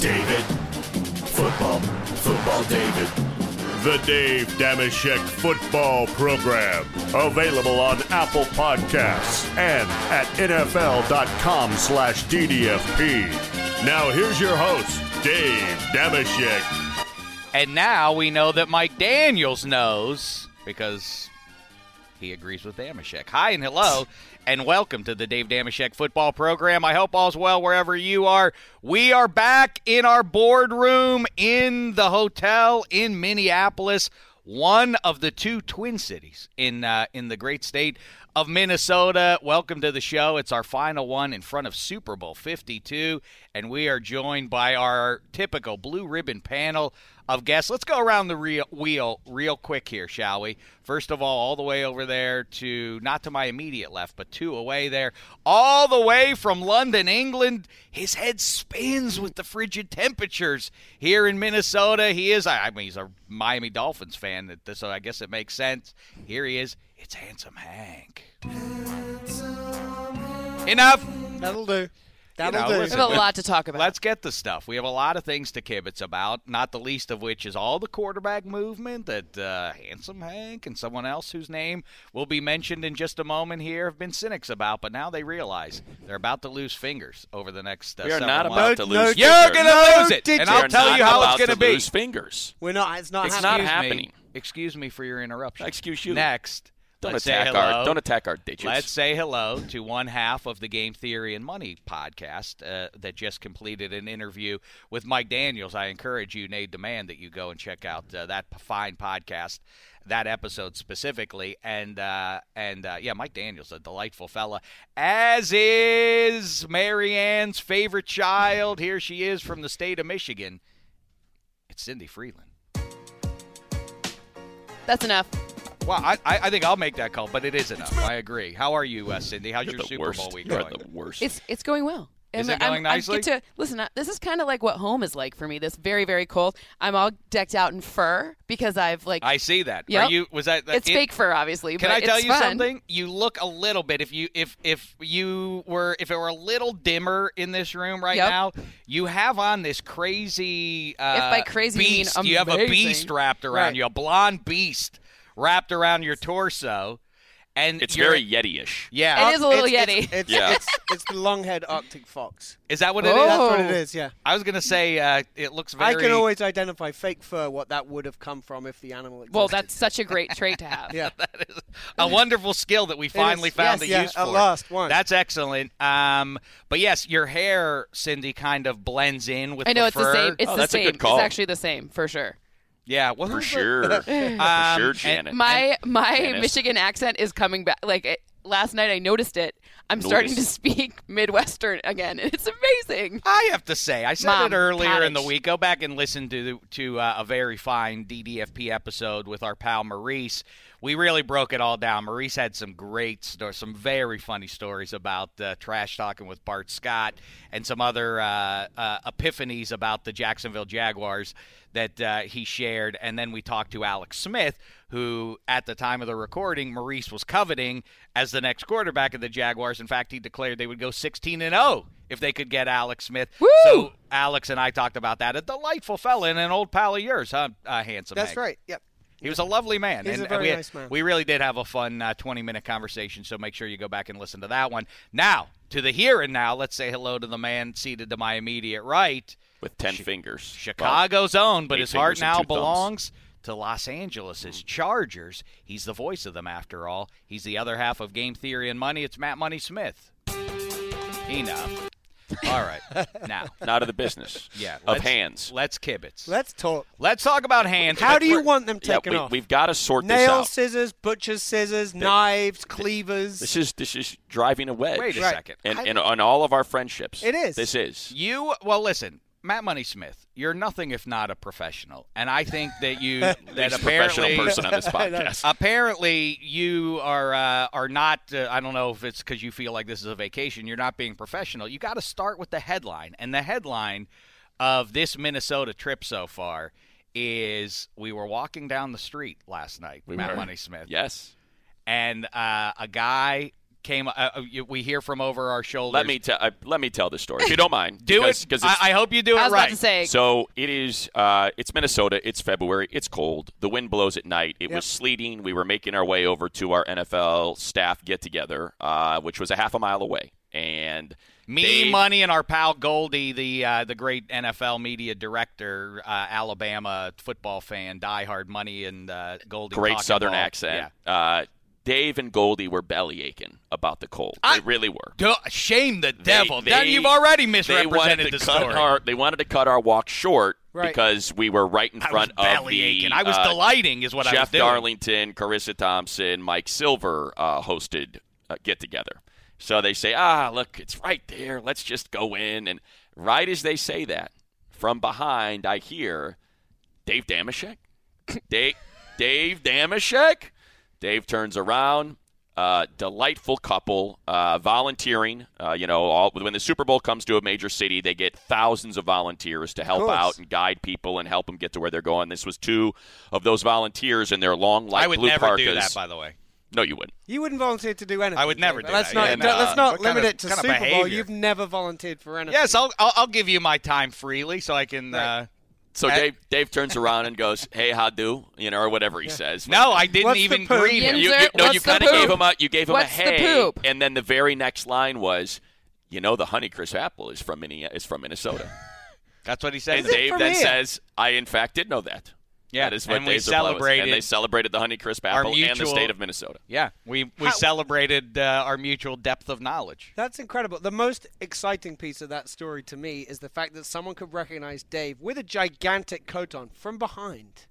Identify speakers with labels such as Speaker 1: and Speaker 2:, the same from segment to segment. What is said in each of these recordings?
Speaker 1: David. Football. Football David. The Dave Damashek Football Program. Available on Apple Podcasts and at NFL.com slash DDFP. Now here's your host, Dave Damashek.
Speaker 2: And now we know that Mike Daniels knows because he agrees with Damashek. Hi and hello, and welcome to the Dave Damashek football program. I hope all's well wherever you are. We are back in our boardroom in the hotel in Minneapolis, one of the two twin cities in uh, in the great state of Minnesota. Welcome to the show. It's our final one in front of Super Bowl 52, and we are joined by our typical blue ribbon panel of guests. Let's go around the real wheel real quick here, shall we? First of all, all the way over there to not to my immediate left, but two away there, all the way from London, England. His head spins with the frigid temperatures here in Minnesota. He is, I I mean, he's a Miami Dolphins fan, so I guess it makes sense. Here he is. It's handsome Hank. Enough.
Speaker 3: That'll do.
Speaker 2: know,
Speaker 3: That'll
Speaker 2: listen-
Speaker 3: do.
Speaker 4: We have a lot to talk about.
Speaker 2: Let's get the stuff. We have a lot of things to kibitz about, not the least of which is all the quarterback movement that uh, Handsome Hank and someone else whose name will be mentioned in just a moment here have been cynics about, but now they realize they're about to lose fingers over the next. Uh,
Speaker 5: We are
Speaker 2: several
Speaker 5: not
Speaker 2: months.
Speaker 5: about to lose.
Speaker 3: No, no,
Speaker 5: fingers.
Speaker 2: You're gonna
Speaker 3: No
Speaker 2: lose it,
Speaker 3: digits.
Speaker 2: and
Speaker 5: We are
Speaker 2: I'll tell
Speaker 5: not
Speaker 2: you how
Speaker 5: about
Speaker 2: it's gonna
Speaker 5: to
Speaker 2: be.
Speaker 5: Lose fingers.
Speaker 3: We're not. It's not.
Speaker 5: It's
Speaker 3: happening.
Speaker 5: not
Speaker 2: Excuse me.
Speaker 5: happening.
Speaker 2: Excuse me for your interruption.
Speaker 5: Excuse you.
Speaker 2: Next,
Speaker 5: Don't
Speaker 2: let's say
Speaker 5: attack
Speaker 2: hello.
Speaker 5: our. Don't attack our digits.
Speaker 2: Let's say hello to one half of the Game Theory and Money podcast uh, that just completed an interview with Mike Daniels. I encourage you, Nate Demand, that you go and check out uh, that p- fine podcast, that episode specifically. And uh, and uh, yeah, Mike Daniels, a delightful fella, as is Marianne's favorite child. Here she is from the state of Michigan. It's Cindy Freeland.
Speaker 4: That's enough.
Speaker 2: Well, I, I I think I'll make that call, but it is enough. I agree. How are you, uh, Cindy? How's
Speaker 5: You're
Speaker 2: your
Speaker 5: the
Speaker 2: Super
Speaker 5: worst.
Speaker 2: Bowl week
Speaker 5: you
Speaker 2: going?
Speaker 5: are the worst.
Speaker 4: It's it's going well.
Speaker 2: Is
Speaker 4: I'm-
Speaker 2: it
Speaker 4: I'm-
Speaker 2: going
Speaker 4: I
Speaker 2: nicely?
Speaker 4: get to listen. I- This is kind of like what home is like for me. This very very cold. I'm all decked out in fur because I've like
Speaker 2: I see that.
Speaker 4: Yep.
Speaker 2: Are you was that that-
Speaker 4: it's
Speaker 2: it-
Speaker 4: fake fur obviously.
Speaker 2: Can
Speaker 4: but
Speaker 2: I tell
Speaker 4: it's
Speaker 2: you
Speaker 4: fun.
Speaker 2: something? You look a little bit if you if if you were if it were a little dimmer in this room right
Speaker 4: Yep.
Speaker 2: now, you have on this crazy uh
Speaker 4: by crazy, you mean
Speaker 2: beast. you have a beast
Speaker 4: amazing.
Speaker 2: wrapped around
Speaker 3: Right.
Speaker 2: you, a blonde beast wrapped around your torso. And
Speaker 5: It's
Speaker 2: you're-
Speaker 5: very Yeti-ish.
Speaker 2: yeah.
Speaker 4: It is a little yeti.
Speaker 3: It's,
Speaker 5: Yeah.
Speaker 3: it's, it's the long haired Arctic fox.
Speaker 2: Is that what it
Speaker 4: Oh.
Speaker 2: is?
Speaker 3: That's what it is, yeah.
Speaker 2: I was gonna say uh, it looks very
Speaker 3: I can always identify fake fur, what that would have come from if the animal existed.
Speaker 4: Oh, Well, that's such a great trait to have.
Speaker 3: Yeah.
Speaker 2: that is a wonderful skill that we finally
Speaker 3: is.
Speaker 2: found
Speaker 3: Yes,
Speaker 2: the
Speaker 3: yeah,
Speaker 2: use
Speaker 3: at
Speaker 2: for.
Speaker 3: last, once.
Speaker 2: That's excellent. Um, but yes, your hair, Cindy, kind of blends in with.
Speaker 4: I know
Speaker 2: the
Speaker 4: it's
Speaker 2: fur.
Speaker 4: the same. It's
Speaker 5: Oh,
Speaker 4: the
Speaker 5: that's a good
Speaker 4: same.
Speaker 5: call.
Speaker 4: It's actually the same for sure.
Speaker 2: Yeah, well,
Speaker 5: For
Speaker 2: who's the-
Speaker 5: sure. For
Speaker 2: Um,
Speaker 5: sure,
Speaker 2: and
Speaker 5: Janet.
Speaker 4: My my
Speaker 5: Dennis.
Speaker 4: Michigan accent is coming back. Like it, last night, I noticed it. I'm starting to
Speaker 5: Noticed.
Speaker 4: speak Midwestern again, and it's amazing.
Speaker 2: I have to say, I said
Speaker 4: Mom,
Speaker 2: it earlier in the
Speaker 4: cottage.
Speaker 2: week. Go back and listen to to uh, a very fine DDFP episode with our pal Maurice, we really broke it all down. Maurice had some great stories, some very funny stories about uh, trash talking with Bart Scott and some other uh, uh, epiphanies about the Jacksonville Jaguars that uh, he shared. And then we talked to Alex Smith, who at the time of the recording, Maurice was coveting as the next quarterback of the Jaguars. In fact, he declared they would go 16 and 0 if they could get Alex Smith. So Alex and I talked about that. A delightful fella and an old pal of yours, huh? Uh, handsome.
Speaker 3: That's
Speaker 2: Hank?
Speaker 3: right. Yep.
Speaker 2: He was a lovely man.
Speaker 3: He's
Speaker 2: and
Speaker 3: a very
Speaker 2: we, had-
Speaker 3: nice man.
Speaker 2: we really did have a fun uh, 20 minute conversation, so make sure you go back and listen to that one. Now, to the here and now, let's say hello to the man seated to my immediate right.
Speaker 5: with ten fingers.
Speaker 2: Chicago's own, but
Speaker 5: eight
Speaker 2: his heart
Speaker 5: fingers and two
Speaker 2: now
Speaker 5: thumbs. Hmm.
Speaker 2: belongs to Los Angeles' Chargers. He's the voice of them, after all. He's the other half of Game Theory and Money. It's Matt Money Smith. Enough. All right. Now,
Speaker 5: Well, not of the business.
Speaker 2: yeah.
Speaker 5: of
Speaker 2: let's-
Speaker 5: hands.
Speaker 2: Let's kibitz.
Speaker 3: Let's talk.
Speaker 2: Let's talk about hands.
Speaker 3: How
Speaker 2: but
Speaker 3: do you
Speaker 2: we're-
Speaker 3: want them
Speaker 5: Yeah,
Speaker 3: taken
Speaker 5: we,
Speaker 3: off?
Speaker 5: we've got to sort this
Speaker 3: Nails,
Speaker 5: out.
Speaker 3: scissors, butcher's scissors, knives, cleavers.
Speaker 5: This is this is driving a wedge.
Speaker 2: Wait a
Speaker 3: Right.
Speaker 2: second.
Speaker 5: And,
Speaker 3: I-
Speaker 5: and on all of our friendships.
Speaker 3: It is.
Speaker 5: This is.
Speaker 2: You well, listen, Matt Money Smith. You're nothing if not a professional, and I think that you that
Speaker 5: Least professional
Speaker 2: apparently
Speaker 5: person on this podcast.
Speaker 2: apparently you are uh, are not. Uh, I don't know if it's because you feel like this is a vacation. You're not being professional. You got to start with the headline, and the headline of this Minnesota trip so far is we were walking down the street last night, Matt
Speaker 5: were.
Speaker 2: Money Smith
Speaker 5: yes.
Speaker 2: and uh, a guy came. Uh, uh, we hear from over our shoulder.
Speaker 5: Let me tell. I let me tell this story. If you don't mind,
Speaker 2: do
Speaker 5: because,
Speaker 2: it.
Speaker 5: Because
Speaker 2: I, I hope you do
Speaker 4: I
Speaker 2: it
Speaker 4: was
Speaker 2: right.
Speaker 4: about to say,
Speaker 5: So it is. Uh, it's Minnesota. It's February. It's cold. The wind blows at night. It
Speaker 3: Yep.
Speaker 5: was sleeting. We were making our way over to our NFL staff get together, uh, which was a half a mile away, and
Speaker 2: Me,
Speaker 5: they-
Speaker 2: money, and our pal Goldie, the uh, the great NFL media director, uh, Alabama football fan, diehard money, and uh, Goldie.
Speaker 5: great
Speaker 2: talking
Speaker 5: Southern
Speaker 2: ball.
Speaker 5: accent. Uh, Dave and Goldie were belly aching about the cold.
Speaker 2: I-
Speaker 5: they really were.
Speaker 2: Yeah. Duh, shame the
Speaker 5: They-
Speaker 2: devil. Then
Speaker 5: they-
Speaker 2: you've already
Speaker 5: They wanted
Speaker 2: misrepresented
Speaker 5: to
Speaker 2: the
Speaker 5: cut
Speaker 2: story.
Speaker 5: our. They wanted to cut our walk short
Speaker 3: Right.
Speaker 5: because we were right in
Speaker 2: I was
Speaker 5: front of
Speaker 2: belly
Speaker 5: the.
Speaker 2: aching. I was
Speaker 5: uh,
Speaker 2: delighting, is what I was
Speaker 5: Jeff
Speaker 2: doing.
Speaker 5: Darlington, Carissa Thompson, Mike Silver uh, hosted uh, get together. So they say, ah, look, it's right there. Let's just go in. And right as they say that, from behind, I hear Dave Damashek. Dave, Dave Damashek. Dave turns around. Uh, delightful couple uh, volunteering. Uh, you know, all, when the Super Bowl comes to a major city, they get thousands of volunteers to help
Speaker 3: course.
Speaker 5: out and guide people and help them get to where they're going. This was two of those volunteers in their long light
Speaker 2: I would
Speaker 5: blue
Speaker 2: never
Speaker 5: parkas.
Speaker 2: do that, by the way.
Speaker 5: no, you wouldn't.
Speaker 3: You wouldn't volunteer to do anything.
Speaker 2: I would never
Speaker 3: Dave.
Speaker 2: do
Speaker 3: let's
Speaker 2: that.
Speaker 3: Not,
Speaker 5: And,
Speaker 3: don't-
Speaker 5: uh,
Speaker 3: let's not
Speaker 2: what
Speaker 3: limit
Speaker 2: kind of-
Speaker 3: it to
Speaker 2: kind of
Speaker 3: Super Bowl.
Speaker 2: behavior?
Speaker 3: You've never volunteered for anything.
Speaker 2: Yes, I'll I'll, I'll give you my time freely, so I can. Uh,
Speaker 5: So
Speaker 2: I-
Speaker 5: Dave, Dave turns around and goes, "Hey, how do?" You know, or whatever he says.
Speaker 2: no, I didn't
Speaker 3: What's the
Speaker 2: even
Speaker 3: poop?
Speaker 2: greet
Speaker 4: Yinzer,
Speaker 2: him.
Speaker 5: You, you, no,
Speaker 4: what's
Speaker 5: you
Speaker 4: the
Speaker 5: kind of gave
Speaker 4: poop?
Speaker 5: him a you gave him
Speaker 4: What's
Speaker 5: a
Speaker 4: the
Speaker 5: hey,
Speaker 4: poop?
Speaker 5: and then the very next line was, "You know, the Honeycrisp apple is from Minne- is from Minnesota."
Speaker 2: That's what he said.
Speaker 5: and Dave
Speaker 3: from
Speaker 5: then
Speaker 3: here?
Speaker 5: says, "I in fact did know that."
Speaker 2: Yeah,
Speaker 5: that is what
Speaker 2: and we
Speaker 5: Dave's reply was.
Speaker 2: celebrated
Speaker 5: And they celebrated the Honeycrisp
Speaker 2: our
Speaker 5: apple and the
Speaker 2: mutual-
Speaker 5: state of Minnesota.
Speaker 2: Yeah, we we
Speaker 3: How-
Speaker 2: celebrated uh, our mutual depth of knowledge.
Speaker 3: That's incredible. The most exciting piece of that story to me is the fact that someone could recognize Dave with a gigantic coat on from behind.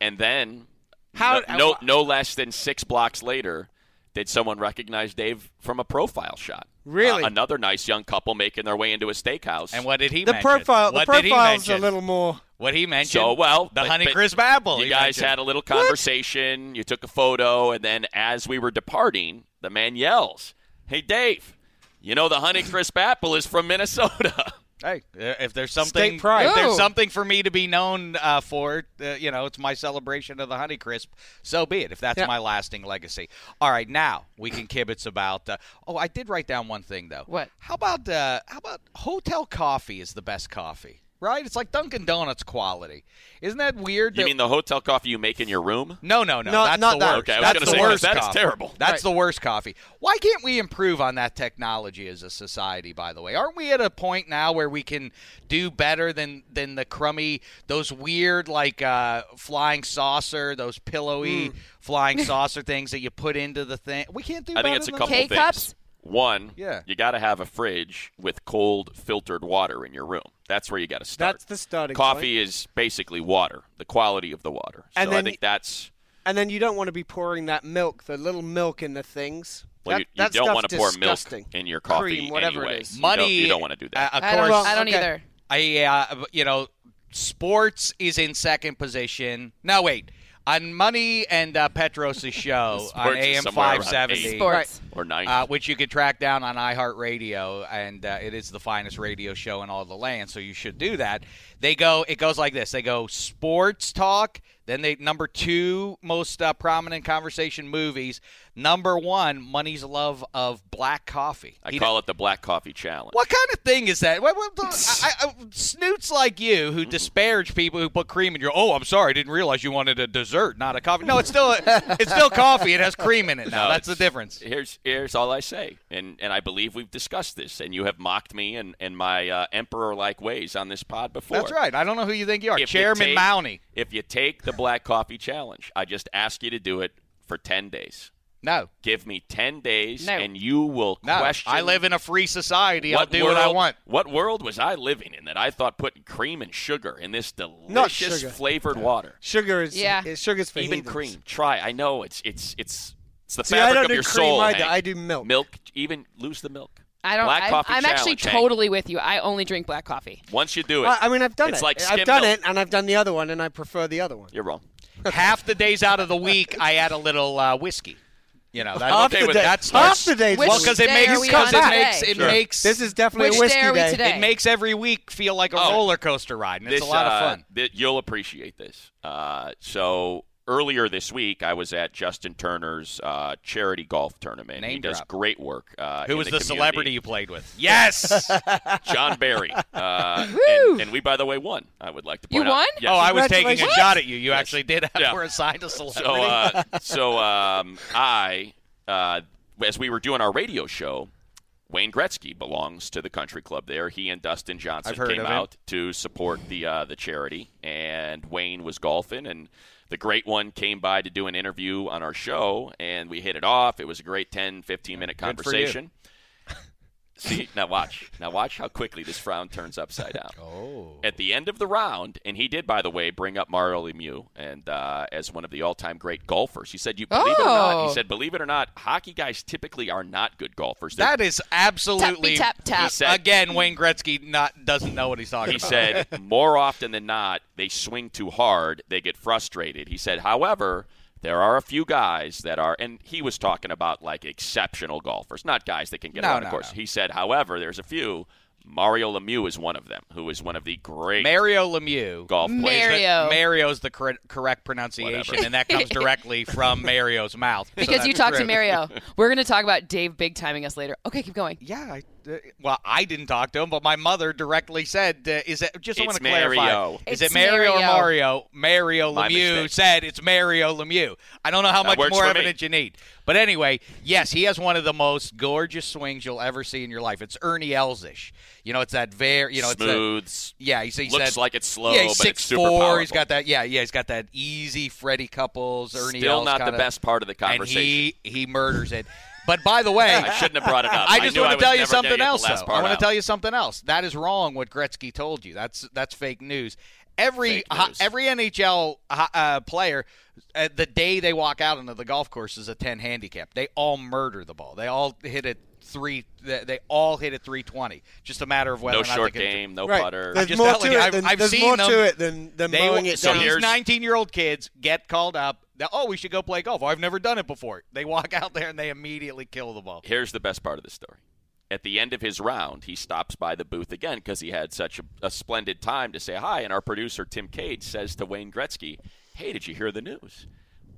Speaker 5: And then,
Speaker 3: How-
Speaker 5: no, no, no less than six blocks later, did someone recognize Dave from a profile shot?
Speaker 3: Really?
Speaker 5: Uh, another nice young couple making their way into a steakhouse.
Speaker 2: And what did he
Speaker 3: The
Speaker 2: mention?
Speaker 3: profile,
Speaker 2: What
Speaker 3: the
Speaker 2: did he
Speaker 3: profile's a
Speaker 2: mention?
Speaker 3: little more.
Speaker 2: What he mentioned.
Speaker 5: So well,
Speaker 2: the
Speaker 5: but-
Speaker 2: Honey
Speaker 5: but
Speaker 2: Crisp apple.
Speaker 5: You
Speaker 2: he
Speaker 5: guys
Speaker 2: mentioned.
Speaker 5: had a little conversation. You took a photo, and then as we were departing, the man yells, "Hey, Dave! You know the Honey Crisp apple is from Minnesota."
Speaker 2: Hey, uh, if there's something,
Speaker 3: pride.
Speaker 2: if there's
Speaker 4: Ooh.
Speaker 2: something for me to be known uh, for, uh, you know, it's my celebration of the Honey Crisp. So be it. If that's
Speaker 3: Yeah.
Speaker 2: my lasting legacy. All right, now we can kibitz about. Uh, oh, I did write down one thing though.
Speaker 4: What?
Speaker 2: How about uh, how about hotel coffee is the best coffee, right? It's like Dunkin' Donuts quality. Isn't that weird?
Speaker 5: you
Speaker 2: that-
Speaker 5: mean the hotel coffee you make in your room?
Speaker 2: No, no, no.
Speaker 3: No,
Speaker 2: that's
Speaker 3: not
Speaker 2: the
Speaker 3: that.
Speaker 2: worst.
Speaker 5: Okay, I was
Speaker 2: that's
Speaker 5: gonna
Speaker 2: the
Speaker 5: say,
Speaker 2: worst.
Speaker 5: that is
Speaker 2: coffee.
Speaker 5: terrible.
Speaker 2: That's
Speaker 3: Right.
Speaker 2: the worst coffee. Why can't we improve on that technology as a society? By the way, aren't we at a point now where we can do better than than the crummy, those weird like uh, flying saucer, those
Speaker 3: Hmm.
Speaker 2: pillowy flying saucer things that you put into the thing? We can't do.
Speaker 5: I think
Speaker 2: better
Speaker 5: it's a
Speaker 2: than
Speaker 5: couple
Speaker 2: that?
Speaker 4: K
Speaker 5: things.
Speaker 4: cups?
Speaker 5: One,
Speaker 2: Yeah.
Speaker 5: you got to have a fridge with cold filtered water in your room. That's where you got to start.
Speaker 3: That's the starting
Speaker 5: Coffee
Speaker 3: point.
Speaker 5: is basically water, the quality of the water.
Speaker 3: And
Speaker 5: so I
Speaker 3: then
Speaker 5: think that's
Speaker 3: And then you don't want to be pouring that milk, the little milk in the things.
Speaker 5: well,
Speaker 3: that,
Speaker 5: you, you
Speaker 3: that
Speaker 5: don't
Speaker 3: stuff
Speaker 5: want to pour milk
Speaker 3: disgusting.
Speaker 5: in your coffee
Speaker 3: Cream, whatever
Speaker 5: anyway.
Speaker 3: it is.
Speaker 5: You don't-
Speaker 2: Money.
Speaker 5: You don't, want to do that.
Speaker 2: Uh, of
Speaker 4: I don't,
Speaker 2: course,
Speaker 4: I don't
Speaker 3: okay.
Speaker 4: either.
Speaker 2: I, uh, you know, sports is in second position. No, wait. on Money and uh, Petros' show
Speaker 5: Sports
Speaker 2: on
Speaker 5: is
Speaker 2: AM
Speaker 5: somewhere around
Speaker 2: 570.
Speaker 5: eight.
Speaker 4: Sports.
Speaker 5: or nine.
Speaker 2: Uh, which you could track down on iHeartRadio, and uh, it is the finest radio show in all the land, so you should do that. They go, it goes like this: they go sports talk, then they number two most uh, prominent conversation movies, number one money's love of black coffee.
Speaker 5: I
Speaker 2: He
Speaker 5: call it the black coffee challenge.
Speaker 2: what kind of thing is that? What, what the, I, I, snoots like you who disparage people who put cream in your. Oh, I'm sorry, I didn't realize you wanted a dessert, not a coffee. No, it's still it's still coffee. It has cream in it now.
Speaker 5: No,
Speaker 2: That's the
Speaker 5: it's-
Speaker 2: difference.
Speaker 5: Here's here's all I say, and and I believe we've discussed this, and you have mocked me and and my uh, emperor-like ways on this pod before.
Speaker 2: That's right. I don't know who you think you are,
Speaker 5: If you
Speaker 2: Chairman
Speaker 5: take-
Speaker 2: Mowney.
Speaker 5: If you take the black coffee challenge, I just ask you to do it for ten days.
Speaker 2: No,
Speaker 5: Give me ten days,
Speaker 4: No.
Speaker 5: and you will
Speaker 2: no.
Speaker 5: question.
Speaker 2: I live in a free society. I'll
Speaker 5: what
Speaker 2: do
Speaker 5: world,
Speaker 2: what I want.
Speaker 5: What world was I living in that I thought putting cream and sugar in this
Speaker 3: Not
Speaker 5: delicious
Speaker 3: sugar.
Speaker 5: flavored water?
Speaker 3: Sugar is
Speaker 4: Yeah.
Speaker 3: is- sugar's for
Speaker 5: Even
Speaker 3: heathens.
Speaker 5: cream. Try. I know it's it's it's it's the
Speaker 3: See, I
Speaker 5: fabric
Speaker 3: don't
Speaker 5: of
Speaker 3: do
Speaker 5: your
Speaker 3: cream
Speaker 5: soul.
Speaker 3: either.
Speaker 5: Hank.
Speaker 3: I do milk.
Speaker 5: Milk. Even lose the milk.
Speaker 4: I don't.
Speaker 5: Black
Speaker 4: I'm,
Speaker 5: coffee
Speaker 4: I'm actually
Speaker 5: challenge, Hank.
Speaker 4: totally with you. I only drink black coffee.
Speaker 5: Once you do it,
Speaker 3: I, I mean, I've done
Speaker 5: It's
Speaker 3: it.
Speaker 5: like skim
Speaker 3: I've done
Speaker 5: milk.
Speaker 3: it, and I've done the other one, and I prefer the other one.
Speaker 5: you're wrong.
Speaker 2: Half the days out of the week, I add a little uh, whiskey. You know, that,
Speaker 3: Half
Speaker 5: okay
Speaker 3: the
Speaker 5: with
Speaker 3: day.
Speaker 5: that.
Speaker 3: Half the days.
Speaker 4: Which
Speaker 2: well, because it
Speaker 4: day
Speaker 2: makes
Speaker 4: are we
Speaker 2: because
Speaker 4: on
Speaker 2: it makes
Speaker 4: today?
Speaker 2: it makes
Speaker 3: this is definitely
Speaker 4: Which
Speaker 3: a whiskey
Speaker 4: day are we
Speaker 3: day.
Speaker 4: today?
Speaker 2: it makes every week feel like a
Speaker 5: Oh.
Speaker 2: roller coaster ride, and it's
Speaker 5: This,
Speaker 2: a lot of
Speaker 5: uh,
Speaker 2: fun.
Speaker 5: thi- you'll appreciate this. Uh, so earlier this week, I was at Justin Turner's uh, charity golf tournament. he
Speaker 2: Name
Speaker 5: does
Speaker 2: drop.
Speaker 5: great work. Uh,
Speaker 2: Who
Speaker 5: in
Speaker 2: was the,
Speaker 5: community.
Speaker 2: celebrity you played with? Yes. oh,
Speaker 5: John Barry. Uh, and, and we, by the way, won. I would like to
Speaker 4: You
Speaker 5: point out.
Speaker 4: won?
Speaker 5: Yes.
Speaker 2: Oh, I was taking a
Speaker 3: Congratulations.
Speaker 2: shot at you. You actually did.
Speaker 5: Yeah.
Speaker 2: We're assigned a celebrity.
Speaker 5: So, uh, so um, I, uh, as we were doing our radio show, Wayne Gretzky belongs to the country club there. He and Dustin Johnson
Speaker 2: I've heard
Speaker 5: came
Speaker 2: of him.
Speaker 5: out to support the uh, the charity, and Wayne was golfing, and the great one came by to do an interview on our show, and we hit it off. It was a great 10, 15 minute
Speaker 2: Good for you.
Speaker 5: conversation. See now, watch now, watch how quickly this frown turns upside down at the end of the round, and he did, by the way, bring up Mario Lemieux and uh, as one of the all-time great golfers. He said, "You believe it or not?" He
Speaker 4: Oh.
Speaker 5: said, "Believe it or not, hockey guys typically are not good golfers." They're-
Speaker 2: that is absolutely
Speaker 4: tap, tap.
Speaker 5: He said-
Speaker 2: again. Wayne Gretzky not doesn't know what he's talking
Speaker 5: he
Speaker 2: about.
Speaker 5: said, "More often than not, they swing too hard. They get frustrated." He said, "However." There are a few guys that are, and he was talking about like exceptional golfers, not guys that can get
Speaker 2: No,
Speaker 5: around the
Speaker 2: no,
Speaker 5: course.
Speaker 2: no.
Speaker 5: He said, however, there's a few. Mario Lemieux is one of them, who is one of the great
Speaker 2: Mario Lemieux.
Speaker 5: golf players.
Speaker 4: Mario.
Speaker 2: Mario's the cor- correct pronunciation,
Speaker 5: Whatever.
Speaker 2: and that comes directly from Mario's mouth. So
Speaker 4: Because you
Speaker 2: that's
Speaker 4: talked to
Speaker 2: true.
Speaker 4: Mario. We're going to talk about Dave big timing us later. Okay, keep going.
Speaker 2: Yeah, I, uh, well, I didn't talk to him, but my mother directly said, uh, "Is it just I
Speaker 5: It's
Speaker 2: want to clarify?
Speaker 5: Mario.
Speaker 2: Is
Speaker 4: It's
Speaker 2: it Mario, or
Speaker 4: Mario.
Speaker 2: Mario?" Mario
Speaker 5: My
Speaker 2: Lemieux
Speaker 5: mistake.
Speaker 2: said, "It's Mario Lemieux." I don't know how
Speaker 5: That
Speaker 2: much
Speaker 5: works
Speaker 2: more
Speaker 5: for me.
Speaker 2: evidence you need, but anyway, yes, he has one of the most gorgeous swings you'll ever see in your life. It's Ernie Els ish. You know, it's that very you know, it's that-
Speaker 5: Smooths.
Speaker 2: yeah, he's, he's
Speaker 5: Looks
Speaker 2: that,
Speaker 5: like it's slow,
Speaker 2: yeah,
Speaker 5: but
Speaker 2: he's
Speaker 5: it's super
Speaker 2: four. He's
Speaker 5: powerful.
Speaker 2: got that. Yeah, yeah, he's got that easy Freddie Couples, Ernie.
Speaker 5: Still
Speaker 2: Els
Speaker 5: not the
Speaker 2: kinda-
Speaker 5: best part of the
Speaker 2: And
Speaker 5: conversation.
Speaker 2: he he murders it. But by the way,
Speaker 5: I shouldn't have brought it up.
Speaker 2: I just
Speaker 5: knew
Speaker 2: want to
Speaker 5: was
Speaker 2: tell you
Speaker 5: never gonna
Speaker 2: something
Speaker 5: get
Speaker 2: else.
Speaker 5: The
Speaker 2: Though.
Speaker 5: last
Speaker 2: I
Speaker 5: part
Speaker 2: want
Speaker 5: out.
Speaker 2: to tell you something else. That is wrong. What Gretzky told you. That's that's fake news. Every
Speaker 5: Fake
Speaker 2: ho-
Speaker 5: news.
Speaker 2: every NHL ho- uh, player, uh, the day they walk out onto the golf course is a ten handicap. They all murder the ball. They all hit it three. They, they all hit it three twenty. Just a matter of whether
Speaker 5: no
Speaker 2: or not
Speaker 5: short
Speaker 2: they can
Speaker 5: game, no
Speaker 3: Right.
Speaker 5: putter.
Speaker 3: There's
Speaker 2: just
Speaker 3: more
Speaker 2: telling
Speaker 3: to
Speaker 2: you,
Speaker 3: it
Speaker 2: I've-
Speaker 3: than
Speaker 2: I've
Speaker 3: there's
Speaker 2: seen
Speaker 3: more
Speaker 2: them.
Speaker 3: to it than than
Speaker 2: They
Speaker 3: mowing
Speaker 2: will-
Speaker 3: it
Speaker 5: so
Speaker 3: down.
Speaker 2: these
Speaker 5: here's-
Speaker 2: 19 year old kids get called up. that, Oh, we should go play golf. I've never done it before. They walk out there and they immediately kill the ball.
Speaker 5: Here's the best part of the story. At the end of his round, he stops by the booth again because he had such a, a splendid time to say hi. And our producer, Tim Cage, says to Wayne Gretzky, Hey, did you hear the news?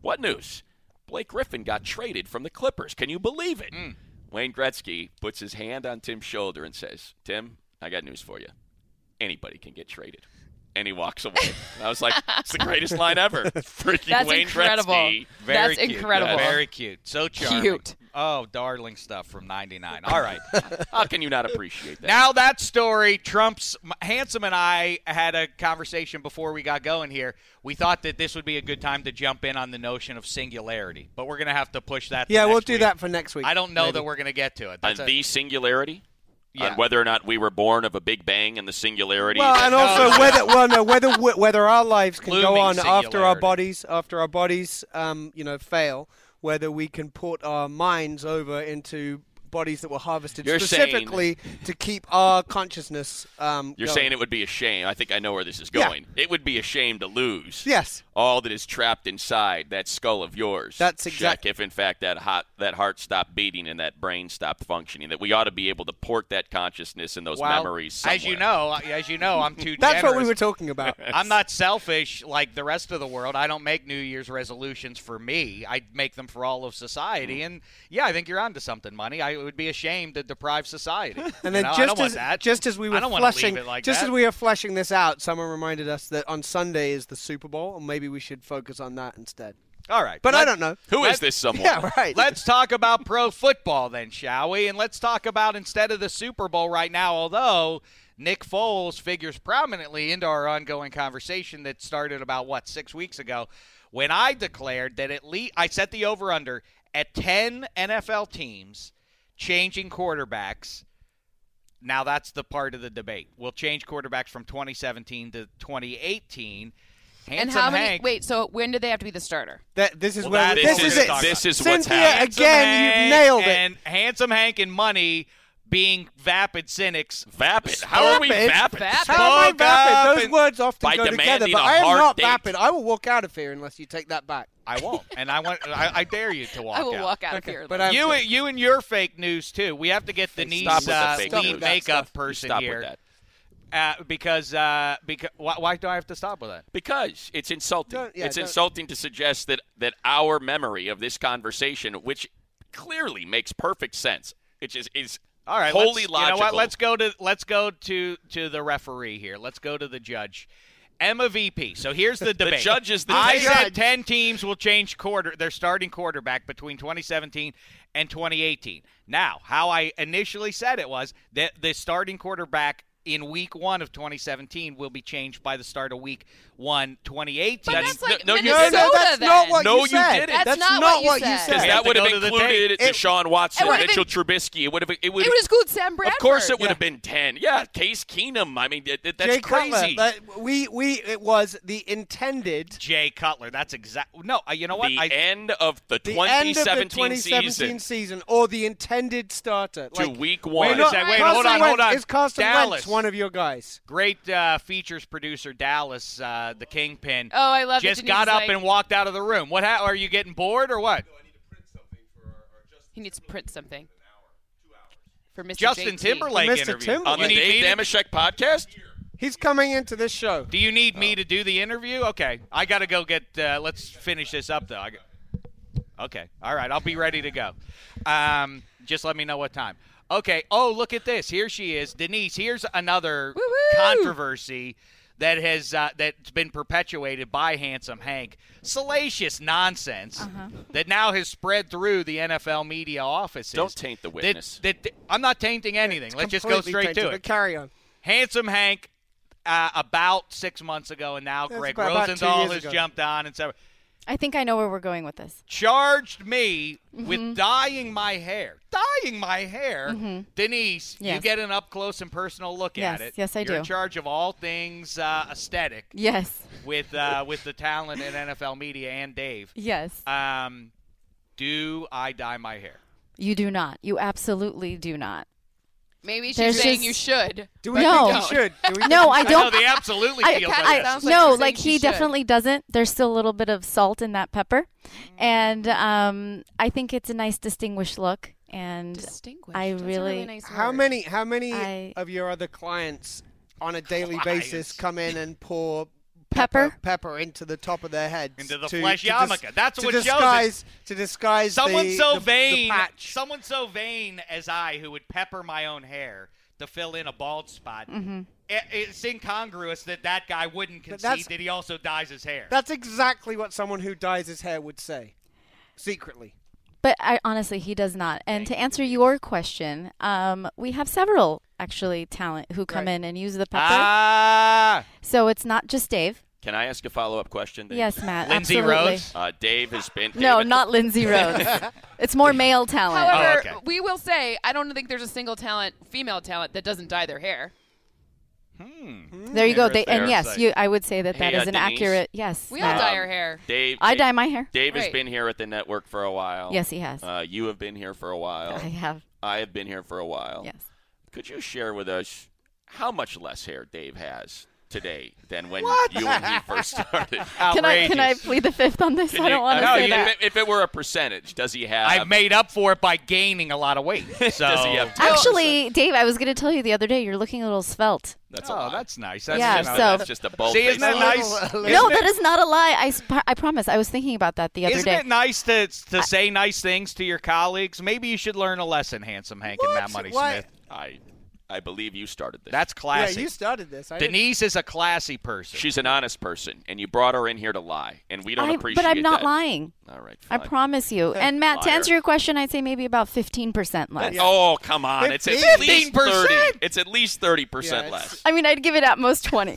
Speaker 5: What news? Blake Griffin got traded from the Clippers. Can you believe it?
Speaker 4: Mm.
Speaker 5: Wayne Gretzky puts his hand on Tim's shoulder and says, Tim, I got news for you. Anybody can get traded. And he walks away. and I was like, it's the greatest line ever. Freaking
Speaker 4: That's
Speaker 5: Wayne
Speaker 4: incredible.
Speaker 5: Gretzky.
Speaker 2: Very
Speaker 4: That's
Speaker 2: cute.
Speaker 4: incredible.
Speaker 2: Very cute. So charming.
Speaker 4: Cute.
Speaker 2: Oh, darling stuff from 99. All right.
Speaker 5: How can you not appreciate that?
Speaker 2: now that story, Trump's Handsome and I had a conversation before we got going here. We thought that this would be a good time to jump in on the notion of singularity, but we're going to have to push that. to
Speaker 3: Yeah, we'll
Speaker 2: next
Speaker 3: do
Speaker 2: week.
Speaker 3: that for next week.
Speaker 2: I don't know
Speaker 3: maybe.
Speaker 2: that we're going to get to it.
Speaker 5: on
Speaker 2: That's a-
Speaker 5: the singularity,
Speaker 2: Yeah.
Speaker 5: on whether or not we were born of a big bang and the singularity.
Speaker 3: Well, and also
Speaker 2: No.
Speaker 3: whether well no whether wh- whether our lives can go
Speaker 2: Looming
Speaker 3: on after our
Speaker 2: singularity.
Speaker 3: bodies after our bodies um, you know fail whether we can port our minds over into bodies that were harvested
Speaker 5: You're saying-
Speaker 3: specifically to keep our consciousness. Um,
Speaker 5: You're
Speaker 3: going.
Speaker 5: saying it would be a shame. I think I know where this is
Speaker 3: Yeah.
Speaker 5: going. It would be a shame to lose.
Speaker 3: Yes.
Speaker 5: All that is trapped inside that skull of yours.
Speaker 3: That's exact-
Speaker 5: exactly. If in fact that hot, that heart stopped beating and that brain stopped functioning, that we ought to be able to port that consciousness and those
Speaker 3: Well,
Speaker 5: memories. Somewhere.
Speaker 2: As you know, as you know, I'm too.
Speaker 3: That's what we
Speaker 2: generous.
Speaker 3: were talking about.
Speaker 2: I'm not selfish like the rest of the world. I don't make New Year's resolutions for me. I make them for all of
Speaker 3: Mm.
Speaker 2: society. And yeah, I think you're onto something, money. I it would be ashamed to deprive society.
Speaker 3: And then
Speaker 2: You know, I
Speaker 3: just
Speaker 2: don't want
Speaker 3: as
Speaker 2: that.
Speaker 3: just as we were
Speaker 2: I don't wanna leave
Speaker 3: fleshing
Speaker 2: it like
Speaker 3: just
Speaker 2: that.
Speaker 3: as we were fleshing this out, someone reminded us that on Sunday is the Super Bowl, and maybe we should focus on that instead.
Speaker 2: all right,
Speaker 3: But
Speaker 2: let-
Speaker 3: I don't know.
Speaker 5: Who is this someone?
Speaker 3: Yeah, right.
Speaker 2: Let's talk about pro football then, shall we? And let's talk about instead of the Super Bowl right now, although Nick Foles figures prominently into our ongoing conversation that started about what, 6 weeks ago when I declared that at least I set the over under at 10 NFL teams changing quarterbacks. Now that's the part of the debate. We'll change quarterbacks from 2017 to 2018.
Speaker 4: and
Speaker 2: Handsome
Speaker 4: how many?
Speaker 2: Hank-
Speaker 4: Wait, so when do they have to be the starter?
Speaker 3: That, this is
Speaker 2: Well,
Speaker 3: where
Speaker 2: that
Speaker 3: the-
Speaker 2: is
Speaker 3: this
Speaker 2: what
Speaker 3: is
Speaker 2: we're
Speaker 3: it.
Speaker 2: talking
Speaker 5: This is what's
Speaker 3: Cynthia,
Speaker 5: happening.
Speaker 3: again, you've nailed
Speaker 2: Hank
Speaker 3: it.
Speaker 2: And handsome Hank and money being vapid cynics.
Speaker 5: vapid. How are we
Speaker 3: Vapid?
Speaker 5: vapid?
Speaker 4: Vapid?
Speaker 3: How am I
Speaker 5: Spoke up
Speaker 3: vapid? Those
Speaker 5: and-
Speaker 3: words often
Speaker 5: by
Speaker 3: go together,
Speaker 5: demanding
Speaker 3: but
Speaker 5: a
Speaker 3: I am
Speaker 5: hard
Speaker 3: not
Speaker 5: date.
Speaker 3: vapid. I will walk out of here unless you take that back.
Speaker 2: I won't, and I want. I, I dare you to walk.
Speaker 4: I will
Speaker 2: out.
Speaker 4: walk out of here.
Speaker 3: but
Speaker 4: then.
Speaker 3: I-
Speaker 2: You, and- you and your fake news too. We have to get Denise
Speaker 5: Stop with
Speaker 2: uh,
Speaker 5: the fake
Speaker 2: lead
Speaker 5: news.
Speaker 2: makeup
Speaker 3: Stop
Speaker 2: person
Speaker 5: Stop
Speaker 2: here
Speaker 5: with that.
Speaker 2: Uh, because uh, because why, why do I have to stop with that?
Speaker 5: Because it's insulting.
Speaker 3: Don't- yeah,
Speaker 5: it's
Speaker 3: don't-
Speaker 5: insulting to suggest that that our memory of this conversation, which clearly makes perfect sense, which is is
Speaker 2: All right, let's-
Speaker 5: wholly
Speaker 2: you know
Speaker 5: logical.
Speaker 2: what? Let's go to let's go to to the referee here. Let's go to the judge. Emma VP. So here's the debate.
Speaker 5: judge is the
Speaker 2: I
Speaker 5: judge.
Speaker 2: said ten teams will change quarter their starting quarterback between 2017 and 2018. Now, how I initially said it was that the starting quarterback in week one of 2017 will be changed by the start of week one 2018.
Speaker 4: but that's like
Speaker 5: no, no, you-
Speaker 4: Minnesota.
Speaker 5: No, no,
Speaker 3: that's
Speaker 4: then.
Speaker 3: not what
Speaker 5: No,
Speaker 3: you
Speaker 5: you
Speaker 3: said.
Speaker 5: didn't.
Speaker 4: That's
Speaker 3: That's
Speaker 4: not
Speaker 3: not
Speaker 4: what you
Speaker 3: what you
Speaker 4: said.
Speaker 3: said.
Speaker 5: because that
Speaker 2: to
Speaker 5: would have
Speaker 2: go to the
Speaker 5: included
Speaker 2: tape.
Speaker 3: It-
Speaker 5: Deshaun Watson,
Speaker 4: it would've
Speaker 5: Mitchell Trubisky. It would have. It would.
Speaker 4: It was good Sam Bradford.
Speaker 5: Of course, it would
Speaker 3: Yeah.
Speaker 5: have been ten. Yeah, Case Keenum. I mean, that, that- that's
Speaker 3: Jay
Speaker 5: crazy.
Speaker 3: Cutler, that- we we it was the intended
Speaker 2: Jay Cutler. That's exact. No, uh, you know what?
Speaker 5: the
Speaker 2: I,
Speaker 5: end of the,
Speaker 3: the end of the
Speaker 5: 2017,
Speaker 3: 2017 season,
Speaker 5: season,
Speaker 3: or the intended starter.
Speaker 5: to
Speaker 3: like,
Speaker 5: week
Speaker 2: Wait
Speaker 5: one.
Speaker 2: a sec, wait, hold
Speaker 3: Carson
Speaker 2: on, hold
Speaker 3: Wentz-
Speaker 2: on.
Speaker 3: Is Carson
Speaker 2: Dallas.
Speaker 3: Wentz one of your guys?
Speaker 2: Great uh, features producer Dallas, uh, the kingpin.
Speaker 4: Oh, I love it.
Speaker 2: just
Speaker 4: Denise
Speaker 2: got
Speaker 4: is
Speaker 2: up
Speaker 4: like,
Speaker 2: and walked out of the room. What? Ha- are you getting bored or what?
Speaker 4: He needs to print something. For Mr.
Speaker 2: Justin
Speaker 4: JT.
Speaker 2: Timberlake
Speaker 3: Mr.
Speaker 2: interview
Speaker 5: on
Speaker 3: Timberlake.
Speaker 5: the
Speaker 2: You need
Speaker 5: Dave
Speaker 2: me to-
Speaker 5: Damashek podcast.
Speaker 3: He's coming into this show.
Speaker 2: Do you need me to do the interview? Okay, I gotta go get. Uh, let's finish this up though. I got- okay, all right, I'll be ready to go. Um, just let me know what time. Okay. Oh, look at this. Here she is, Denise. Here's another
Speaker 4: Woo-woo!
Speaker 2: controversy that has uh, that's been perpetuated by Handsome Hank. Salacious nonsense
Speaker 4: Uh-huh.
Speaker 2: that now has spread through the NFL media offices.
Speaker 5: Don't taint the
Speaker 2: That-
Speaker 5: witness.
Speaker 2: That, I'm not tainting anything. Let's just go
Speaker 3: Completely
Speaker 2: straight
Speaker 3: tainted,
Speaker 2: to
Speaker 3: But
Speaker 2: it.
Speaker 3: carry on.
Speaker 2: Handsome Hank, uh, about six months ago, and now
Speaker 3: That's
Speaker 2: Greg
Speaker 3: about- about two
Speaker 2: Rosenthal
Speaker 3: years
Speaker 2: has
Speaker 3: ago.
Speaker 2: jumped on and said,
Speaker 6: I think I know where we're going with this.
Speaker 2: charged me with dyeing my hair. Dyeing my hair? Denise, you
Speaker 6: Yes.
Speaker 2: get an up close and personal look
Speaker 6: Yes,
Speaker 2: at it.
Speaker 6: yes, I
Speaker 2: You're in
Speaker 6: do.
Speaker 2: charge of all things uh, aesthetic
Speaker 6: Yes.
Speaker 2: with, uh, with the talent in NFL media and Dave.
Speaker 6: Yes.
Speaker 2: Um, do I dye my hair?
Speaker 6: You do not. You absolutely do not.
Speaker 4: Maybe she's
Speaker 6: There's
Speaker 4: saying
Speaker 6: just-
Speaker 4: you should.
Speaker 3: Do we
Speaker 6: No.
Speaker 3: think he should? Do we
Speaker 6: No, I
Speaker 2: I know
Speaker 6: don't.
Speaker 2: they absolutely
Speaker 6: I-
Speaker 2: feel
Speaker 4: kinda
Speaker 2: like
Speaker 4: sounds
Speaker 2: that.
Speaker 4: like
Speaker 6: no,
Speaker 4: you're
Speaker 6: like
Speaker 4: saying she
Speaker 6: he
Speaker 4: should.
Speaker 6: definitely doesn't. There's still a little bit of salt in that pepper,
Speaker 4: Mm.
Speaker 6: and um, I think it's a nice distinguished look. And
Speaker 4: Distinguished.
Speaker 6: I
Speaker 4: That's a
Speaker 6: really-
Speaker 4: nice
Speaker 3: How
Speaker 4: word.
Speaker 3: many? How many
Speaker 6: I-
Speaker 3: of your other clients on a daily
Speaker 2: Clients.
Speaker 3: basis come in and pour
Speaker 6: Pepper?
Speaker 3: pepper, into the top of their heads
Speaker 2: Into the
Speaker 3: to,
Speaker 2: flesh
Speaker 3: to dis-
Speaker 2: yarmulke. That's
Speaker 3: to
Speaker 2: what shows it.
Speaker 3: disguise to disguise
Speaker 2: Someone
Speaker 3: the,
Speaker 2: so
Speaker 3: the- the
Speaker 2: vain,
Speaker 3: patch.
Speaker 2: someone so vain as I, who would pepper my own hair to fill in a bald spot. i- it's incongruous that that guy wouldn't
Speaker 3: But that's-
Speaker 2: concede that he also dyes his hair.
Speaker 3: That's exactly what someone who dyes his hair would say, secretly.
Speaker 6: But I, honestly, he does not. And to answer your question, um, we have several actually talent who come
Speaker 3: Right.
Speaker 6: in and use the pepper.
Speaker 2: Ah,
Speaker 6: so it's not just Dave.
Speaker 5: Can I ask a follow up question? Dave?
Speaker 6: Yes, Matt.
Speaker 2: Lindsay
Speaker 6: absolutely.
Speaker 2: Rhodes.
Speaker 5: Uh, Dave has been.
Speaker 6: No,
Speaker 5: David-
Speaker 6: not Lindsay Rhodes. it's more male talent.
Speaker 2: Oh,
Speaker 4: However,
Speaker 2: okay.
Speaker 4: we will say I don't think there's a single talent, female talent, that doesn't dye their hair.
Speaker 5: Hmm.
Speaker 6: there you go. They, and
Speaker 5: Interesting.
Speaker 6: yes, you. I would say that that
Speaker 5: Hey,
Speaker 6: is
Speaker 5: uh,
Speaker 6: an
Speaker 5: Denise?
Speaker 6: accurate. Yes,
Speaker 4: We all
Speaker 6: Matt.
Speaker 4: dye our hair.
Speaker 5: Dave.
Speaker 6: I
Speaker 5: Dave-
Speaker 6: dye my hair.
Speaker 5: Dave has
Speaker 4: Right.
Speaker 5: been here at the network for a while.
Speaker 6: Yes, he has.
Speaker 5: Uh, you have been here for a while.
Speaker 6: I have.
Speaker 5: I have been here for a while.
Speaker 6: Yes.
Speaker 5: Could you share with us how much less hair Dave has today than when
Speaker 6: What?
Speaker 5: you and he first started?
Speaker 6: Can I can I plead the fifth on this?
Speaker 5: Can
Speaker 6: I
Speaker 5: you-
Speaker 6: don't want to
Speaker 5: no,
Speaker 6: say
Speaker 5: you-
Speaker 6: that.
Speaker 5: If, it, if it were a percentage, does he have?
Speaker 2: I've made up for it by gaining a lot of weight. So
Speaker 5: Does he have-
Speaker 6: Actually, Dave, I was going to tell you the other day you're looking a little svelte.
Speaker 5: That's
Speaker 2: oh, that's nice. That's
Speaker 6: Yeah,
Speaker 2: just,
Speaker 6: so-
Speaker 5: that's just a bold.
Speaker 2: See, isn't that nice?
Speaker 6: no,
Speaker 2: Isn't
Speaker 6: that
Speaker 2: it-
Speaker 6: is not a lie. I, sp- I promise. I was thinking about that the other
Speaker 2: Isn't
Speaker 6: day.
Speaker 2: it nice to to say nice things to your colleagues? Maybe you should learn a lesson, handsome Hank and Matt Money
Speaker 3: Why-
Speaker 2: Smith.
Speaker 5: I, I believe you started this.
Speaker 2: That's classy.
Speaker 3: Yeah, you started this. I didn't-
Speaker 2: Denise is a classy person.
Speaker 5: She's an honest person, and you brought her in here to lie, and we don't
Speaker 6: I-
Speaker 5: appreciate.
Speaker 6: but I'm not
Speaker 5: that.
Speaker 6: lying.
Speaker 5: All right.
Speaker 6: I
Speaker 5: fine.
Speaker 6: promise you. And Matt, to
Speaker 5: Liar.
Speaker 6: answer your question, I'd say maybe about 15% less.
Speaker 5: Oh come on! It's at least
Speaker 2: 15%.
Speaker 5: thirty. It's at least thirty
Speaker 3: Yeah,
Speaker 5: percent
Speaker 3: it's-
Speaker 5: less.
Speaker 6: I mean, I'd give it at most 20.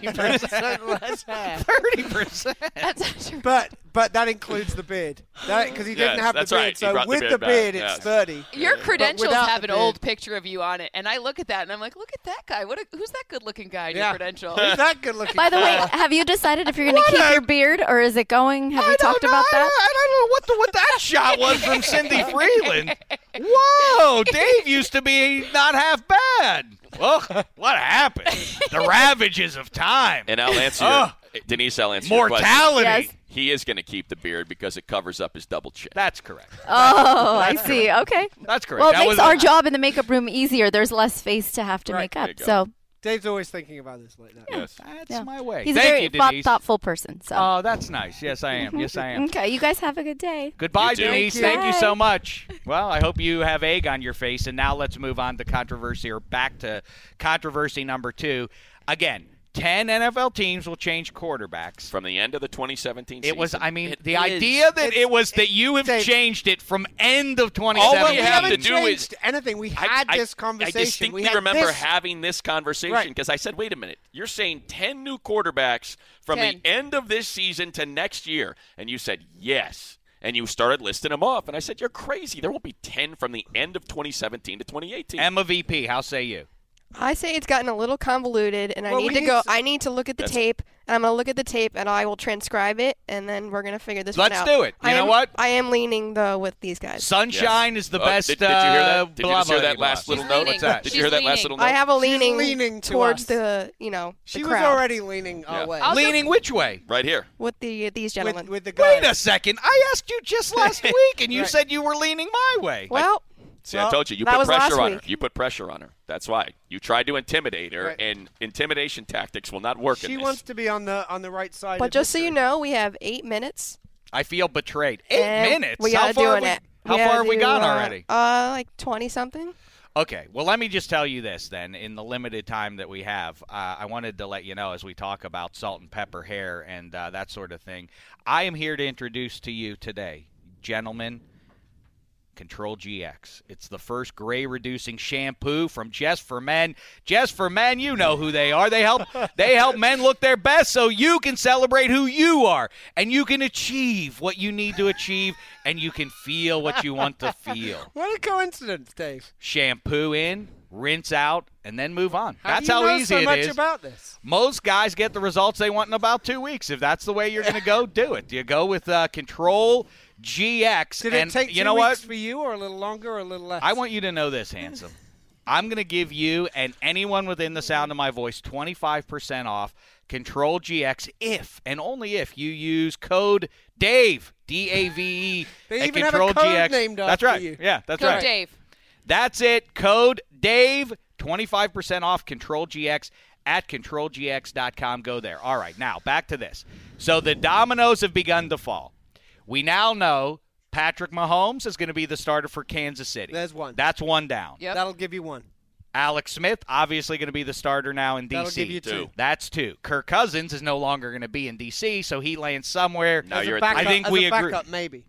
Speaker 2: percent.
Speaker 3: Less hair.
Speaker 2: Thirty percent.
Speaker 6: That's actually
Speaker 3: But but that includes the beard, because he didn't
Speaker 5: Yes,
Speaker 3: have the
Speaker 5: that's
Speaker 3: beard.
Speaker 5: right. He
Speaker 3: So
Speaker 5: brought the
Speaker 3: with
Speaker 5: beard
Speaker 3: the
Speaker 5: back,
Speaker 3: beard,
Speaker 5: yes.
Speaker 3: it's thirty.
Speaker 4: Your credentials
Speaker 3: without
Speaker 4: have
Speaker 3: the
Speaker 4: an
Speaker 3: beard.
Speaker 4: old picture of you on it, and I look at that and I'm like, look at that guy. What? A, who's that good-looking guy in your
Speaker 3: Yeah.
Speaker 4: credential?
Speaker 3: Who's that good looking?
Speaker 6: By the way,
Speaker 3: guy?
Speaker 6: have you decided if you're going to keep your beard or is it going? Have we talked about
Speaker 2: I,
Speaker 6: that?
Speaker 2: don't know what the, what that shot was from Cindy Freeland. Whoa, Dave used to be not half bad. Well, what happened? The ravages of time,
Speaker 5: And I'll answer
Speaker 2: Ugh.
Speaker 5: your, Denise. I'll answer your question.
Speaker 2: mortality.
Speaker 6: Yes.
Speaker 5: He is going to keep the beard because it covers up his double chin.
Speaker 2: That's correct.
Speaker 6: Oh, I see. Okay.
Speaker 2: That's correct.
Speaker 6: Well, it
Speaker 2: that
Speaker 6: makes
Speaker 2: was
Speaker 6: our job in the makeup room easier. There's less face to have to
Speaker 3: Right.
Speaker 6: make up.
Speaker 5: you go.
Speaker 6: So
Speaker 3: Dave's always thinking about this like that.
Speaker 5: yes.
Speaker 2: That's
Speaker 6: Yeah.
Speaker 2: my way.
Speaker 6: he's
Speaker 2: Thank
Speaker 6: a very
Speaker 2: you,
Speaker 6: thought-
Speaker 2: Denise.
Speaker 6: thoughtful person. So
Speaker 2: Oh, that's nice. Yes, I am. Yes, I am.
Speaker 6: okay, you guys have a good day.
Speaker 2: Goodbye,
Speaker 5: You too.
Speaker 2: Denise.
Speaker 6: Thank you.
Speaker 2: Thank you so
Speaker 6: Bye.
Speaker 2: much. Well, I hope you have egg on your face. And now let's move on to controversy or back to controversy number two. Again, 10 NFL teams will change quarterbacks.
Speaker 5: From the end of the 2017 season.
Speaker 2: It was, I mean,
Speaker 5: It
Speaker 2: the
Speaker 5: is.
Speaker 2: idea that it was that you have
Speaker 3: Dave-
Speaker 2: changed it from end of
Speaker 5: All we
Speaker 2: 2017.
Speaker 3: But Oh, we
Speaker 5: have to
Speaker 3: haven't
Speaker 5: do is-
Speaker 3: changed anything. We
Speaker 5: I-
Speaker 3: had
Speaker 5: I-
Speaker 3: this conversation.
Speaker 5: I
Speaker 3: we
Speaker 5: distinctly
Speaker 3: had
Speaker 5: remember
Speaker 3: this.
Speaker 5: having this conversation
Speaker 3: Right.
Speaker 5: because I said, "Wait a minute, you're saying ten new quarterbacks from
Speaker 4: Ten.
Speaker 5: the end of this season to next year," and you said yes, and you started listing them off, and I said, "You're crazy. There won't be ten from the end of 2017 to 2018."
Speaker 2: Emma VP, how say you?
Speaker 7: I say it's gotten a little convoluted, and
Speaker 3: Well,
Speaker 7: I need
Speaker 3: we
Speaker 7: to
Speaker 3: need
Speaker 7: go.
Speaker 3: s-
Speaker 7: I need to look at the
Speaker 5: That's-
Speaker 7: tape, and I'm gonna look at the tape, and I will transcribe it, and then we're gonna figure this
Speaker 2: Let's
Speaker 7: one out.
Speaker 2: do it. You
Speaker 7: I
Speaker 2: know
Speaker 7: am-
Speaker 2: what?
Speaker 7: I am leaning though with these guys.
Speaker 2: Sunshine is the
Speaker 5: Oh,
Speaker 2: best.
Speaker 5: Did, did you hear
Speaker 2: uh,
Speaker 5: that? Did you
Speaker 2: blah,
Speaker 5: just hear
Speaker 2: blah,
Speaker 5: that
Speaker 2: blah,
Speaker 5: last
Speaker 2: blah.
Speaker 5: little
Speaker 4: She's
Speaker 5: note?
Speaker 4: leaning.
Speaker 5: Did you hear
Speaker 4: She's
Speaker 5: that last
Speaker 4: leaning.
Speaker 5: little note?
Speaker 7: I have a
Speaker 3: She's
Speaker 7: leaning,
Speaker 3: leaning to
Speaker 7: towards
Speaker 3: us.
Speaker 7: the you know the
Speaker 3: She was
Speaker 7: crowd
Speaker 3: already leaning our
Speaker 5: Yeah.
Speaker 3: way
Speaker 4: Also-
Speaker 2: Leaning which way?
Speaker 5: right here.
Speaker 7: with the these
Speaker 3: with,
Speaker 7: gentlemen.
Speaker 3: with the guy.
Speaker 2: Wait a second. I asked you just last week, and you
Speaker 3: Right.
Speaker 2: said you were leaning my way.
Speaker 7: well,
Speaker 5: See, I
Speaker 3: Well,
Speaker 5: told you. You
Speaker 7: that
Speaker 5: put
Speaker 7: was last
Speaker 5: pressure on her.
Speaker 7: week.
Speaker 5: You put pressure on her. That's why you tried to intimidate her,
Speaker 3: Right.
Speaker 5: and intimidation tactics will not work.
Speaker 3: She
Speaker 5: in this.
Speaker 3: wants to be on the on the right side.
Speaker 7: but
Speaker 3: of
Speaker 7: just so
Speaker 3: history.
Speaker 7: you know, we have eight minutes.
Speaker 2: I feel betrayed. Eight
Speaker 7: and
Speaker 2: minutes.
Speaker 7: We
Speaker 2: how
Speaker 7: are
Speaker 2: far
Speaker 7: doing
Speaker 2: we,
Speaker 7: it.
Speaker 2: How
Speaker 7: We
Speaker 2: far
Speaker 7: gotta
Speaker 2: have we
Speaker 7: do,
Speaker 2: gone
Speaker 7: uh,
Speaker 2: already?
Speaker 7: Uh, like twenty something.
Speaker 2: Okay. Well, let me just tell you this then. In the limited time that we have, uh, I wanted to let you know as we talk about salt and pepper hair and uh, that sort of thing. I am here to introduce to you today, gentlemen. Control GX. It's the first gray reducing shampoo from Just for Men. Just for Men, you know who they are. They help they help men look their best so you can celebrate who you are and you can achieve what you need to achieve and you can feel what you want to feel
Speaker 3: what a coincidence, Dave.
Speaker 2: shampoo in, rinse out, and then move on.
Speaker 3: How
Speaker 2: that's
Speaker 3: do you
Speaker 2: how
Speaker 3: know
Speaker 2: easy
Speaker 3: so
Speaker 2: it
Speaker 3: much
Speaker 2: is.
Speaker 3: about this.
Speaker 2: Most guys get the results they want in about two weeks. If that's the way you're going to go, do it. You go with uh, Control GX.
Speaker 3: Did
Speaker 2: and
Speaker 3: it take two
Speaker 2: you know
Speaker 3: weeks
Speaker 2: what?
Speaker 3: for you, or a little longer, or a little less?
Speaker 2: I want you to know this, handsome. I'm going to give you and anyone within the sound of my voice 25% off Control GX if and only if you use code DAVE, D A V E.
Speaker 3: They
Speaker 2: at
Speaker 3: even have a
Speaker 2: Control
Speaker 3: code
Speaker 2: GX.
Speaker 3: named
Speaker 2: That's
Speaker 3: after
Speaker 2: right.
Speaker 3: you.
Speaker 2: Yeah, that's
Speaker 4: Go,
Speaker 2: right.
Speaker 4: Dave.
Speaker 2: That's it. Code Dave, 25% off Control GX at controlgx.com. Go there. All right, now back to this. So the dominoes have begun to fall. We now know Patrick Mahomes is going to be the starter for Kansas City.
Speaker 3: There's one.
Speaker 2: That's one down.
Speaker 4: Yep.
Speaker 3: That'll give you one.
Speaker 5: Oh,
Speaker 2: Alex Smith, obviously going to be the starter now in DC.
Speaker 3: That'll give you two.
Speaker 5: Two.
Speaker 2: That's two. Kirk Cousins is no longer going to be in DC, so he lands somewhere.
Speaker 5: Now
Speaker 3: As
Speaker 5: you're
Speaker 3: a
Speaker 5: at three.
Speaker 3: backup,
Speaker 2: I think
Speaker 3: as
Speaker 2: we
Speaker 3: a
Speaker 2: agree.
Speaker 3: backup, maybe.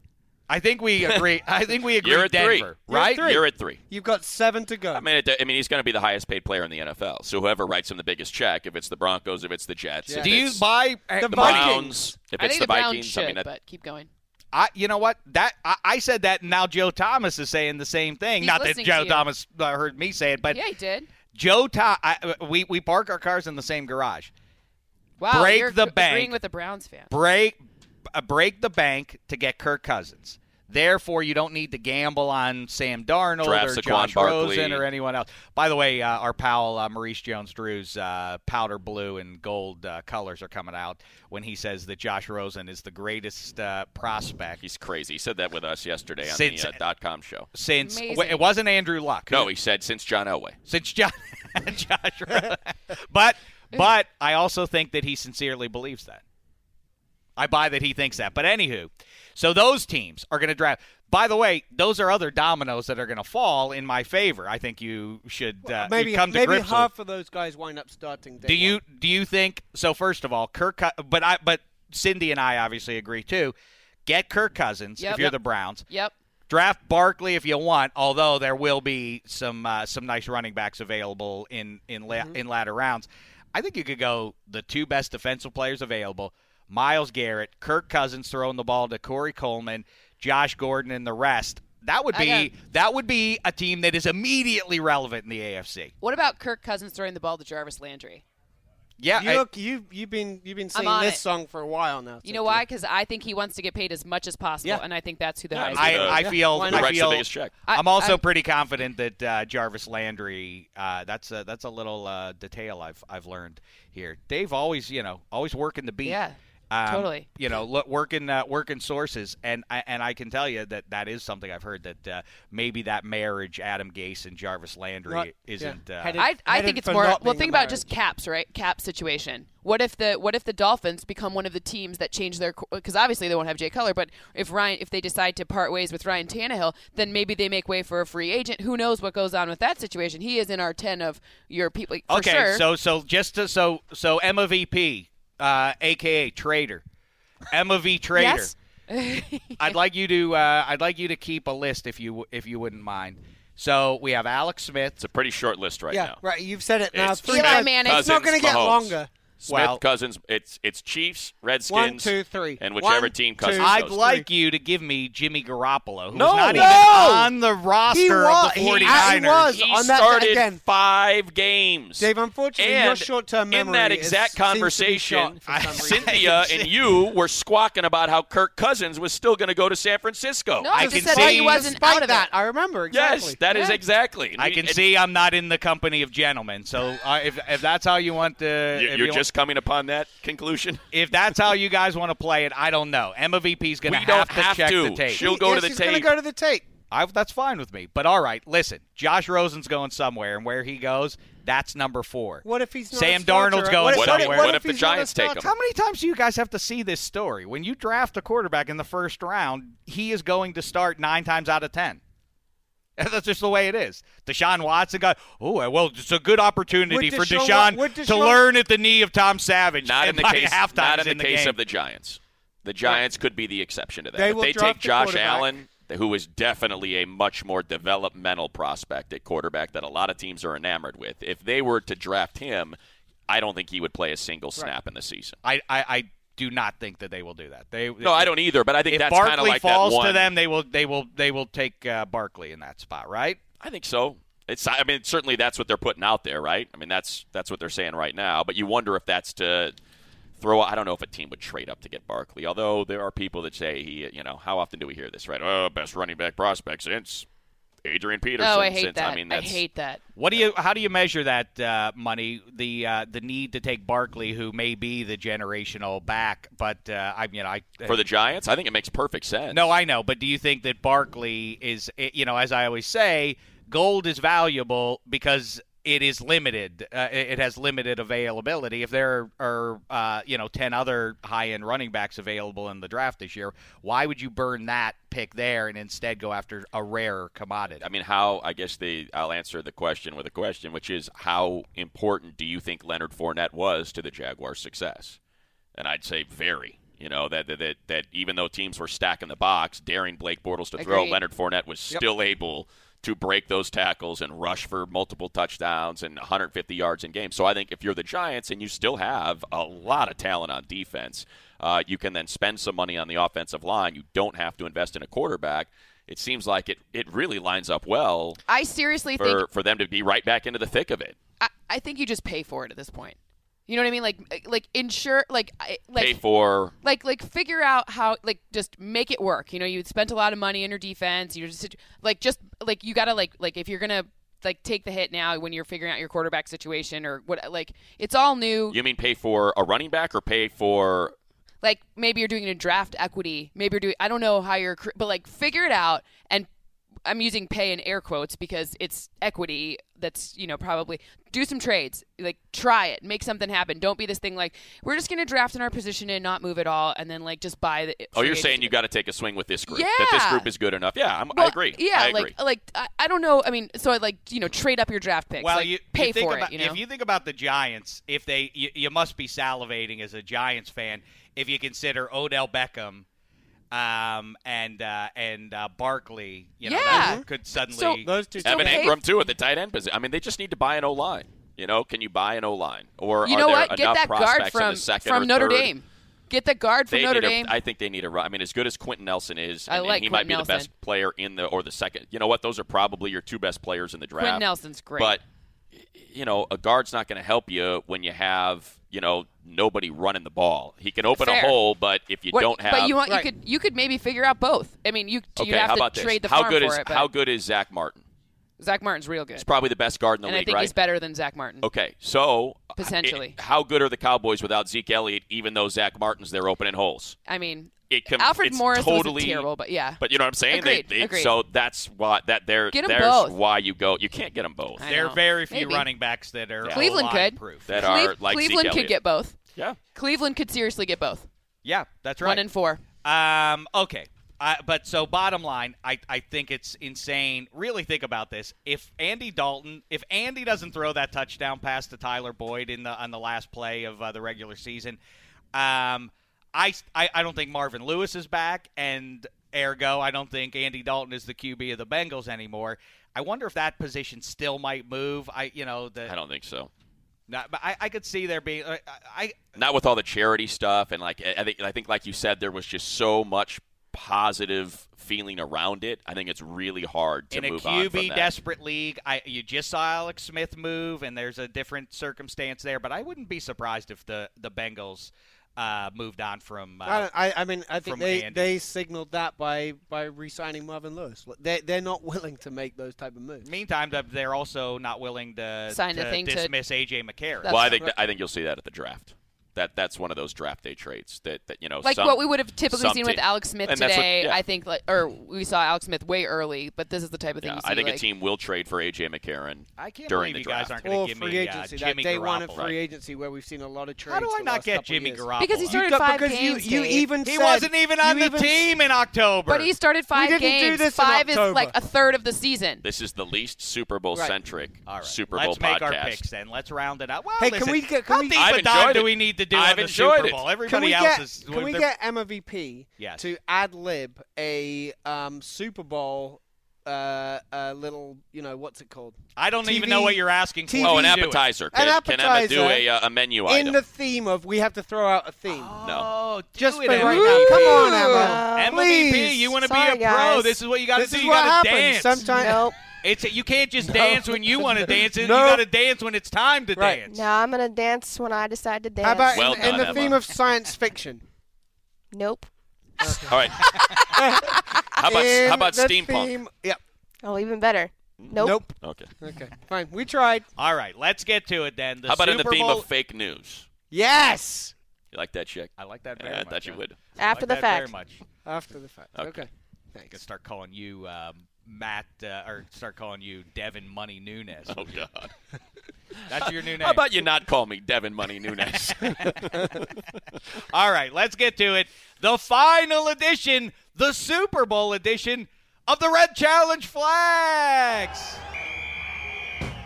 Speaker 2: I think we agree. I think we agree
Speaker 5: You're at
Speaker 2: Denver,
Speaker 5: three.
Speaker 2: right?
Speaker 3: three.
Speaker 5: You're at three.
Speaker 3: You've got seven to go.
Speaker 5: I mean, it, I mean, he's going to be the highest paid player in the NFL. So whoever writes him the biggest check, if it's the Broncos, if it's the Jets, if
Speaker 2: Do you
Speaker 5: it's
Speaker 2: buy
Speaker 3: The
Speaker 5: the Browns,
Speaker 3: Vikings.
Speaker 5: if
Speaker 4: I
Speaker 5: it's
Speaker 4: think
Speaker 5: the
Speaker 4: Browns
Speaker 5: Vikings,
Speaker 4: should,
Speaker 5: I mean, that,
Speaker 4: but keep going.
Speaker 2: I, you know what? That I, I said that, and now Joe Thomas is saying the same thing.
Speaker 4: He's
Speaker 2: Not that
Speaker 4: listening to
Speaker 2: Joe
Speaker 4: you.
Speaker 2: Thomas uh, heard me say it, but
Speaker 4: yeah, he did.
Speaker 2: Joe Thomas. We we park our cars in the same garage.
Speaker 4: Wow,
Speaker 2: Break
Speaker 4: you're
Speaker 2: the
Speaker 4: agreeing
Speaker 2: bank.
Speaker 4: with the Browns fan.
Speaker 2: Break uh, break the bank to get Kirk Cousins. Therefore, you don't need to gamble on Sam Darnold
Speaker 5: Draft
Speaker 2: or
Speaker 5: Saquon
Speaker 2: Josh
Speaker 5: Barkley.
Speaker 2: Rosen or anyone else. By the way, uh, our pal uh, Maurice Jones-Drew's uh, powder blue and gold uh, colors are coming out when he says that Josh Rosen is the greatest uh, prospect.
Speaker 5: He's crazy. He said that with us yesterday on
Speaker 2: Since-
Speaker 5: the uh, dot com show.
Speaker 2: Since
Speaker 5: Amazing.
Speaker 2: wait, it wasn't Andrew Luck.
Speaker 5: No, he said since John Elway.
Speaker 2: since John, Josh, Rosen. but but I also think that he sincerely believes that. I buy that he thinks that. But anywho, so those teams are going to draft. By the way, those are other dominoes that are going to fall in my favor. I think you should uh,
Speaker 3: maybe
Speaker 2: you come to
Speaker 3: maybe
Speaker 2: grips with-
Speaker 3: half of those guys wind up starting. Day
Speaker 2: do you
Speaker 3: one.
Speaker 2: do you think so? First of all, Kirk, Cou- but I but Cindy and I obviously agree too. Get Kirk Cousins
Speaker 4: Yep.
Speaker 2: if you're
Speaker 4: Yep.
Speaker 2: the Browns.
Speaker 4: Yep.
Speaker 2: Draft Barkley if you want, although there will be some uh, some nice running backs available in in la- in latter rounds. I think you could go the two best defensive players available: Miles Garrett, Kirk Cousins throwing the ball to Corey Coleman, Josh Gordon, and the rest. That would
Speaker 4: I
Speaker 2: be that would be a team that is immediately relevant in the AFC.
Speaker 4: What about Kirk Cousins throwing the ball to Jarvis Landry?
Speaker 2: Yeah,
Speaker 3: You
Speaker 2: I-
Speaker 3: look, you you've been you've been singing
Speaker 4: on
Speaker 3: this
Speaker 4: it.
Speaker 3: song for a while now.
Speaker 4: You know why? Because I think he wants to get paid as much as possible,
Speaker 3: Yeah.
Speaker 4: and I think that's who the highest. bidder
Speaker 2: I, I
Speaker 4: is.
Speaker 2: feel
Speaker 4: Why
Speaker 2: I
Speaker 4: not?
Speaker 2: feel
Speaker 4: I-
Speaker 2: I'm also
Speaker 4: I'm-
Speaker 2: pretty confident that uh, Jarvis Landry. Uh, that's a that's a little uh, detail I've I've learned here. Dave always you know always working the beat.
Speaker 4: Yeah,
Speaker 2: Um,
Speaker 3: um,
Speaker 4: totally.
Speaker 2: You know, look, working uh, working sources, and I, and I can tell you that that is something I've heard that uh, maybe that marriage Adam Gase and Jarvis Landry
Speaker 3: Not- yeah.
Speaker 2: isn't. Uh,
Speaker 3: Headed-
Speaker 4: I, I
Speaker 3: headed
Speaker 4: think it's
Speaker 3: for
Speaker 4: more.
Speaker 3: not
Speaker 4: Well,
Speaker 3: being
Speaker 4: think
Speaker 3: a
Speaker 4: about just caps, right? Cap situation. What if the what if the Dolphins become one of the teams that change their? Because obviously they won't have Jay Cutler, but if Ryan, if they decide to part ways with Ryan Tannehill, then maybe they make way for a free agent. Who knows what goes on with that situation? He is in our ten of your people. For
Speaker 2: okay,
Speaker 4: sure.
Speaker 2: so so just to, so so Emma VP, uh, aka Trader, Emma V Trader.
Speaker 4: Yes.
Speaker 2: I'd like you to uh, I'd like you to keep a list if you w- if you wouldn't mind. So we have Alex Smith. It's
Speaker 5: a pretty short list right
Speaker 3: yeah,
Speaker 5: now.
Speaker 3: right. You've said it now.
Speaker 5: It's
Speaker 3: three
Speaker 5: Eli
Speaker 3: times.
Speaker 5: Manning.
Speaker 3: It's not
Speaker 5: Cousins,
Speaker 3: going to get
Speaker 5: Mahomes.
Speaker 3: longer.
Speaker 5: Smith Cousins. It's it's Chiefs, Redskins,
Speaker 3: One, two, three.
Speaker 5: and whichever
Speaker 3: One,
Speaker 5: team
Speaker 3: two,
Speaker 5: Cousins.
Speaker 2: I'd
Speaker 5: goes to.
Speaker 2: like you to give me Jimmy Garoppolo, who's
Speaker 5: No.
Speaker 2: not
Speaker 5: No.
Speaker 2: even on the roster
Speaker 3: He wa-
Speaker 2: of the
Speaker 3: he-
Speaker 2: 49ers.
Speaker 3: he was
Speaker 5: He
Speaker 3: on that
Speaker 5: started
Speaker 3: again.
Speaker 5: five games.
Speaker 3: Dave, unfortunately, your
Speaker 5: And
Speaker 3: short-term memory
Speaker 5: in that
Speaker 3: is-
Speaker 5: exact
Speaker 3: seems to be
Speaker 5: conversation,
Speaker 3: shot for some reason.
Speaker 5: Cynthia and you were squawking about how Kirk Cousins was still going to go to San Francisco.
Speaker 4: No,
Speaker 2: I
Speaker 4: just
Speaker 2: can
Speaker 4: said
Speaker 2: see-
Speaker 4: he wasn't
Speaker 3: Despite
Speaker 4: out of
Speaker 3: that,
Speaker 4: it.
Speaker 3: I remember exactly.
Speaker 5: Yes, that is exactly.
Speaker 2: I can see I'm not in the company of gentlemen. So uh, if if that's how you want to,
Speaker 5: You-
Speaker 2: if
Speaker 5: You're
Speaker 2: you want-
Speaker 5: just coming upon that conclusion.
Speaker 2: if that's how you guys want to play it, I don't know. Emma VP's going to
Speaker 5: We don't
Speaker 2: have to
Speaker 5: have
Speaker 2: check
Speaker 5: to.
Speaker 2: the tape.
Speaker 5: She'll go to the
Speaker 3: He's going to
Speaker 5: tape.
Speaker 3: go to the tape.
Speaker 2: I, that's fine with me. But all right, listen, Josh Rosen's going somewhere, and where he goes, that's number four.
Speaker 3: What if he's not
Speaker 2: Sam
Speaker 3: a starter?
Speaker 2: Darnold's going
Speaker 3: what,
Speaker 5: What if-
Speaker 2: somewhere.
Speaker 5: what if the
Speaker 3: he's not a
Speaker 5: Giants take him?
Speaker 3: starter?
Speaker 2: How many times do you guys have to see this story? When you draft a quarterback in the first round, he is going to start nine times out of ten. That's just the way it is. Deshaun Watson got, oh, well, it's a good opportunity for
Speaker 3: Would Deshaun-
Speaker 2: Deshaun,
Speaker 3: would
Speaker 2: to
Speaker 3: Deshaun-
Speaker 2: learn at the knee of Tom Savage.
Speaker 5: Not in
Speaker 2: and
Speaker 5: the
Speaker 2: by
Speaker 5: case.
Speaker 2: half
Speaker 5: Not
Speaker 2: times
Speaker 5: in the
Speaker 2: the
Speaker 5: case
Speaker 2: game.
Speaker 5: of the Giants. The Giants could be the exception to that.
Speaker 3: They
Speaker 5: if
Speaker 3: will
Speaker 5: they
Speaker 3: draft
Speaker 5: take
Speaker 3: the
Speaker 5: Josh
Speaker 3: quarterback.
Speaker 5: Allen, who is definitely a much more developmental prospect at quarterback that a lot of teams are enamored with, if they were to draft him, I don't think he would play a single snap in the season.
Speaker 2: I, I, I do not think that they will do that. They
Speaker 5: No, I don't either. But I think
Speaker 2: if
Speaker 5: that's kind of
Speaker 2: Barkley
Speaker 5: like
Speaker 2: falls
Speaker 5: that one.
Speaker 2: to them, they will they will they will take uh, Barkley in that spot, right?
Speaker 5: I think so. It's. I mean, certainly that's what they're putting out there, right? I mean, that's that's what they're saying right now. But you wonder if that's to throw. I don't know if a team would trade up to get Barkley. Although there are people that say he. You know, how often do we hear this? Right? Oh, best running back prospect since Adrian Peterson.
Speaker 4: oh, I hate
Speaker 5: since,
Speaker 4: that.
Speaker 5: I mean,
Speaker 4: I
Speaker 5: that's
Speaker 4: hate that.
Speaker 2: What do you? How do you measure that uh, money? The uh, the need to take Barkley, who may be the generational back, but uh, I mean, I
Speaker 5: for the Giants. I think it makes perfect sense.
Speaker 2: no, I know, but do you think that Barkley is? eh, You know, as I always say, gold is valuable because it is limited. Uh, it it has limited availability. If there are uh, you know ten other high end running backs available in the draft this year, why would you burn that pick there and instead go after a rarer commodity?
Speaker 5: I mean, how? I guess they. I'll answer the question with a question, which is, how important do you think Leonard Fournette was to the Jaguars' success? And I'd say very. You know that that that, that even though teams were stacking the box, daring Blake Bortles to throw,
Speaker 4: Agreed.
Speaker 5: Leonard Fournette was
Speaker 3: Yep.
Speaker 5: still able to break those tackles and rush for multiple touchdowns and 150 yards in games. So I think if you're the Giants and you still have a lot of talent on defense, uh, you can then spend some money on the offensive line. You don't have to invest in a quarterback. It seems like it, it really lines up well
Speaker 4: I seriously think
Speaker 5: for, for them to be right back into the thick of it.
Speaker 4: I, I think you just pay for it at this point. You know what I mean? Like eh, like insure like I- like
Speaker 5: Pay for-
Speaker 4: like like figure out how like just make it work. You know, you spent a lot of money in your defense. You're just like just like you gotta like like if you're gonna like take the hit now when you're figuring out your quarterback situation or what like it's all new.
Speaker 5: You mean pay for a running back or pay for
Speaker 4: Like maybe you're doing a draft equity. Maybe you're doing I don't know how you're cr- but like figure it out and I'm using pay in air quotes because it's equity that's, you know, probably do some trades. Like try it, make something happen. Don't be this thing like we're just going to draft in our position and not move at all and then like just buy the
Speaker 5: Oh,
Speaker 4: free
Speaker 5: you're
Speaker 4: agent.
Speaker 5: saying you got to take a swing with this group. That this
Speaker 4: Yeah.
Speaker 5: group is good enough. Yeah, I'm, I
Speaker 4: Well,
Speaker 5: agree.
Speaker 4: Yeah,
Speaker 5: I agree.
Speaker 4: like like I, I don't know. I mean, so I like, you know, trade up your draft picks.
Speaker 2: Well,
Speaker 4: like,
Speaker 2: you
Speaker 4: pay
Speaker 2: you think
Speaker 4: for
Speaker 2: about,
Speaker 4: it, you know.
Speaker 2: If you think about the Giants, if they, you, you must be salivating as a Giants fan if you consider Odell Beckham, um, and uh, and uh, Barkley. You know,
Speaker 4: Yeah.
Speaker 2: that could suddenly
Speaker 5: Evan Ingram too at the tight end position. I mean, they just need to buy an O line. You know, can you buy an O line, or
Speaker 4: you
Speaker 5: are
Speaker 4: know
Speaker 5: there
Speaker 4: what? Get
Speaker 5: enough
Speaker 4: that
Speaker 5: prospects
Speaker 4: guard
Speaker 5: in
Speaker 4: from
Speaker 5: the second
Speaker 4: from
Speaker 5: or
Speaker 4: Notre
Speaker 5: third?
Speaker 4: Dame. Get the guard from
Speaker 5: They
Speaker 4: Notre
Speaker 5: need a-
Speaker 4: Dame.
Speaker 5: I think they need a. ru- I mean, as good as Quentin Nelson is,
Speaker 4: I
Speaker 5: and, and
Speaker 4: like
Speaker 5: he
Speaker 4: Quentin
Speaker 5: might be the
Speaker 4: Nelson.
Speaker 5: best player in the or the second. You know what? Those are probably your two best players in the draft.
Speaker 4: Quentin Nelson's great.
Speaker 5: but you know, a guard's not going to help you when you have you know nobody running the ball. He can open
Speaker 4: Fair.
Speaker 5: a hole, but if you
Speaker 4: What-
Speaker 5: don't have,
Speaker 4: But you want you could you could maybe figure out both. I mean, you
Speaker 5: okay,
Speaker 4: you have
Speaker 5: how about
Speaker 4: to
Speaker 5: this?
Speaker 4: trade the
Speaker 5: how
Speaker 4: farm
Speaker 5: good
Speaker 4: for
Speaker 5: is
Speaker 4: it. But
Speaker 5: how good is Zach Martin?
Speaker 4: Zach Martin's real good.
Speaker 5: He's probably the best guard in the
Speaker 4: and
Speaker 5: league,
Speaker 4: I think
Speaker 5: right?
Speaker 4: he's better than Zach Martin.
Speaker 5: Okay, so uh,
Speaker 4: Potentially.
Speaker 5: it- how good are the Cowboys without Zeke Elliott? Even though Zach Martin's their opening holes,
Speaker 4: I mean,
Speaker 5: it can.
Speaker 4: Alfred
Speaker 5: it's
Speaker 4: Morris
Speaker 5: totally
Speaker 4: was terrible, but yeah.
Speaker 5: But you know what I'm saying?
Speaker 4: Agreed,
Speaker 5: they, they,
Speaker 4: agreed.
Speaker 5: So that's why that there.
Speaker 4: Get 'em
Speaker 5: there's
Speaker 4: both.
Speaker 5: why you go. You can't get them both.
Speaker 4: I
Speaker 2: there are
Speaker 4: know.
Speaker 2: very few
Speaker 4: Maybe.
Speaker 2: running backs that are
Speaker 5: Yeah.
Speaker 4: Cleveland
Speaker 2: O-line
Speaker 4: could.
Speaker 2: proof.
Speaker 5: That
Speaker 4: Cleve-
Speaker 5: are like Zeke
Speaker 4: Cleveland could
Speaker 5: Elliott.
Speaker 4: get both.
Speaker 5: Yeah.
Speaker 4: Cleveland could seriously get both.
Speaker 2: Yeah, that's right.
Speaker 4: One and four.
Speaker 2: Um, okay. I but so bottom line, I, I think it's insane. Really think about this. If Andy Dalton, if Andy doesn't throw that touchdown pass to Tyler Boyd in the on the last play of uh, the regular season, um, I, s- I I don't think Marvin Lewis is back, and ergo, I don't think Andy Dalton is the QB of the Bengals anymore. I wonder if that position still might move. I you know the
Speaker 5: I don't think so.
Speaker 2: not- but I, I could see there being I, I
Speaker 5: Not with all the charity stuff and like I I think I think like you said, there was just so much positive feeling around it. I think it's really hard to
Speaker 2: in a
Speaker 5: move on from
Speaker 2: QB
Speaker 5: that.
Speaker 2: desperate league, I you just saw Alex Smith move, and there's a different circumstance there. But I wouldn't be surprised if the the Bengals uh, moved on from. Uh,
Speaker 3: I, don't- I, I mean, I think
Speaker 2: from
Speaker 3: they,
Speaker 2: Andy.
Speaker 3: they signaled that by, by re-signing Marvin Lewis. They they're not willing to make those type of moves.
Speaker 2: Meantime, th- they're also not willing to,
Speaker 3: Sign
Speaker 2: to
Speaker 3: the thing to-
Speaker 2: dismiss AJ McCarron.
Speaker 5: well, I think I think you'll see that at the draft. That that's one of those draft day trades that, that you know
Speaker 4: Like
Speaker 5: some-
Speaker 4: what we would have typically
Speaker 5: some
Speaker 4: seen with
Speaker 5: team-
Speaker 4: Alex Smith
Speaker 5: and that's what-
Speaker 4: today,
Speaker 5: yeah.
Speaker 4: I think, like, or we saw Alex Smith way early. But this is the type of thing.
Speaker 5: Yeah,
Speaker 4: you see,
Speaker 5: I think
Speaker 4: like,
Speaker 5: a team will trade for AJ McCarron
Speaker 2: I can't
Speaker 5: during
Speaker 2: believe
Speaker 5: the
Speaker 2: you guys
Speaker 5: draft.
Speaker 2: aren't
Speaker 3: Or
Speaker 2: gonna give
Speaker 3: free
Speaker 2: me, uh,
Speaker 3: agency, that
Speaker 2: Jimmy
Speaker 3: day one of
Speaker 2: Garoppolo.
Speaker 3: free agency where we've seen a lot of trades.
Speaker 2: How do I
Speaker 3: the
Speaker 2: not
Speaker 3: last
Speaker 2: get
Speaker 3: couple
Speaker 2: Jimmy
Speaker 3: years.
Speaker 2: Garoppolo?
Speaker 4: Because he
Speaker 3: You
Speaker 4: started
Speaker 3: got-
Speaker 4: five
Speaker 3: because you-
Speaker 4: games,
Speaker 3: You,
Speaker 4: Dave.
Speaker 3: even
Speaker 2: he
Speaker 3: said-
Speaker 2: wasn't even on
Speaker 3: you
Speaker 2: the team in October.
Speaker 4: but he started five
Speaker 3: didn't do
Speaker 4: games.
Speaker 3: this in
Speaker 4: five is
Speaker 3: October.
Speaker 4: like a third of the season.
Speaker 5: This is the least Super Bowl centric Super Bowl
Speaker 2: Let's make
Speaker 5: podcast.
Speaker 2: our picks then. Let's round it out. Well,
Speaker 3: Hey,
Speaker 2: listen,
Speaker 3: can we get? Can
Speaker 2: how
Speaker 3: we,
Speaker 2: deep a dive do we need to do on the Super Bowl? Everybody
Speaker 3: Can we
Speaker 2: else
Speaker 3: get,
Speaker 2: is.
Speaker 3: Can we
Speaker 2: they're-
Speaker 3: get MVP
Speaker 2: Yes.
Speaker 3: to ad lib a um, Super Bowl uh, uh, little? You know what's it called?
Speaker 2: I don't even
Speaker 3: TV
Speaker 2: know what you're asking for.
Speaker 5: Oh, an
Speaker 2: Just do it.
Speaker 5: appetizer.
Speaker 3: An
Speaker 5: Can, can Emma do
Speaker 3: appetizer
Speaker 5: a, uh, a menu
Speaker 3: in
Speaker 5: item?
Speaker 3: the theme of we have to throw out a theme.
Speaker 5: no.
Speaker 2: Oh,
Speaker 3: Just
Speaker 2: do it,
Speaker 3: for
Speaker 2: Emma.
Speaker 3: right now. Come on, Emma.
Speaker 2: MVP,
Speaker 3: Please.
Speaker 2: you want to be
Speaker 7: Sorry,
Speaker 2: a pro.
Speaker 7: guys.
Speaker 2: This is what you got to
Speaker 3: This
Speaker 2: do.
Speaker 3: is
Speaker 2: You
Speaker 3: what
Speaker 2: got to
Speaker 3: happens.
Speaker 2: dance.
Speaker 3: Sometimes
Speaker 7: Nope.
Speaker 2: It's you can't just dance when you want to dance. You
Speaker 3: No.
Speaker 2: got to dance when it's time to
Speaker 3: Right.
Speaker 2: dance.
Speaker 7: No, I'm gonna dance when I decide to dance.
Speaker 3: How about
Speaker 5: Well
Speaker 3: in, in
Speaker 5: done,
Speaker 3: the
Speaker 5: Emma.
Speaker 3: theme of science fiction?
Speaker 7: nope.
Speaker 5: All right. How about
Speaker 3: In
Speaker 5: how about
Speaker 3: the
Speaker 5: steampunk?
Speaker 3: Theme, yep.
Speaker 7: Oh, even better. Nope.
Speaker 3: Nope.
Speaker 5: Okay.
Speaker 3: Okay. Fine. We tried.
Speaker 2: All right, let's get to it then. The
Speaker 5: how about in the
Speaker 2: Super
Speaker 5: theme
Speaker 2: Bowl-
Speaker 5: of fake news?
Speaker 3: Yes.
Speaker 5: You like that chick?
Speaker 2: I like that
Speaker 5: Yeah,
Speaker 2: very
Speaker 5: I
Speaker 2: much.
Speaker 5: thought you
Speaker 2: John.
Speaker 5: would.
Speaker 2: I like
Speaker 7: After the
Speaker 2: that Very
Speaker 7: fact.
Speaker 2: much.
Speaker 3: After the fact.
Speaker 5: Okay.
Speaker 3: Okay.
Speaker 2: I could
Speaker 3: Thanks.
Speaker 2: start calling you um, Matt, uh, or start calling you Devin Money Nunes.
Speaker 5: Oh God.
Speaker 2: That's your new name.
Speaker 5: How about you not call me Devin Money Nunes?
Speaker 2: All right, let's get to it. The final edition, the Super Bowl edition of the Red Challenge Flags.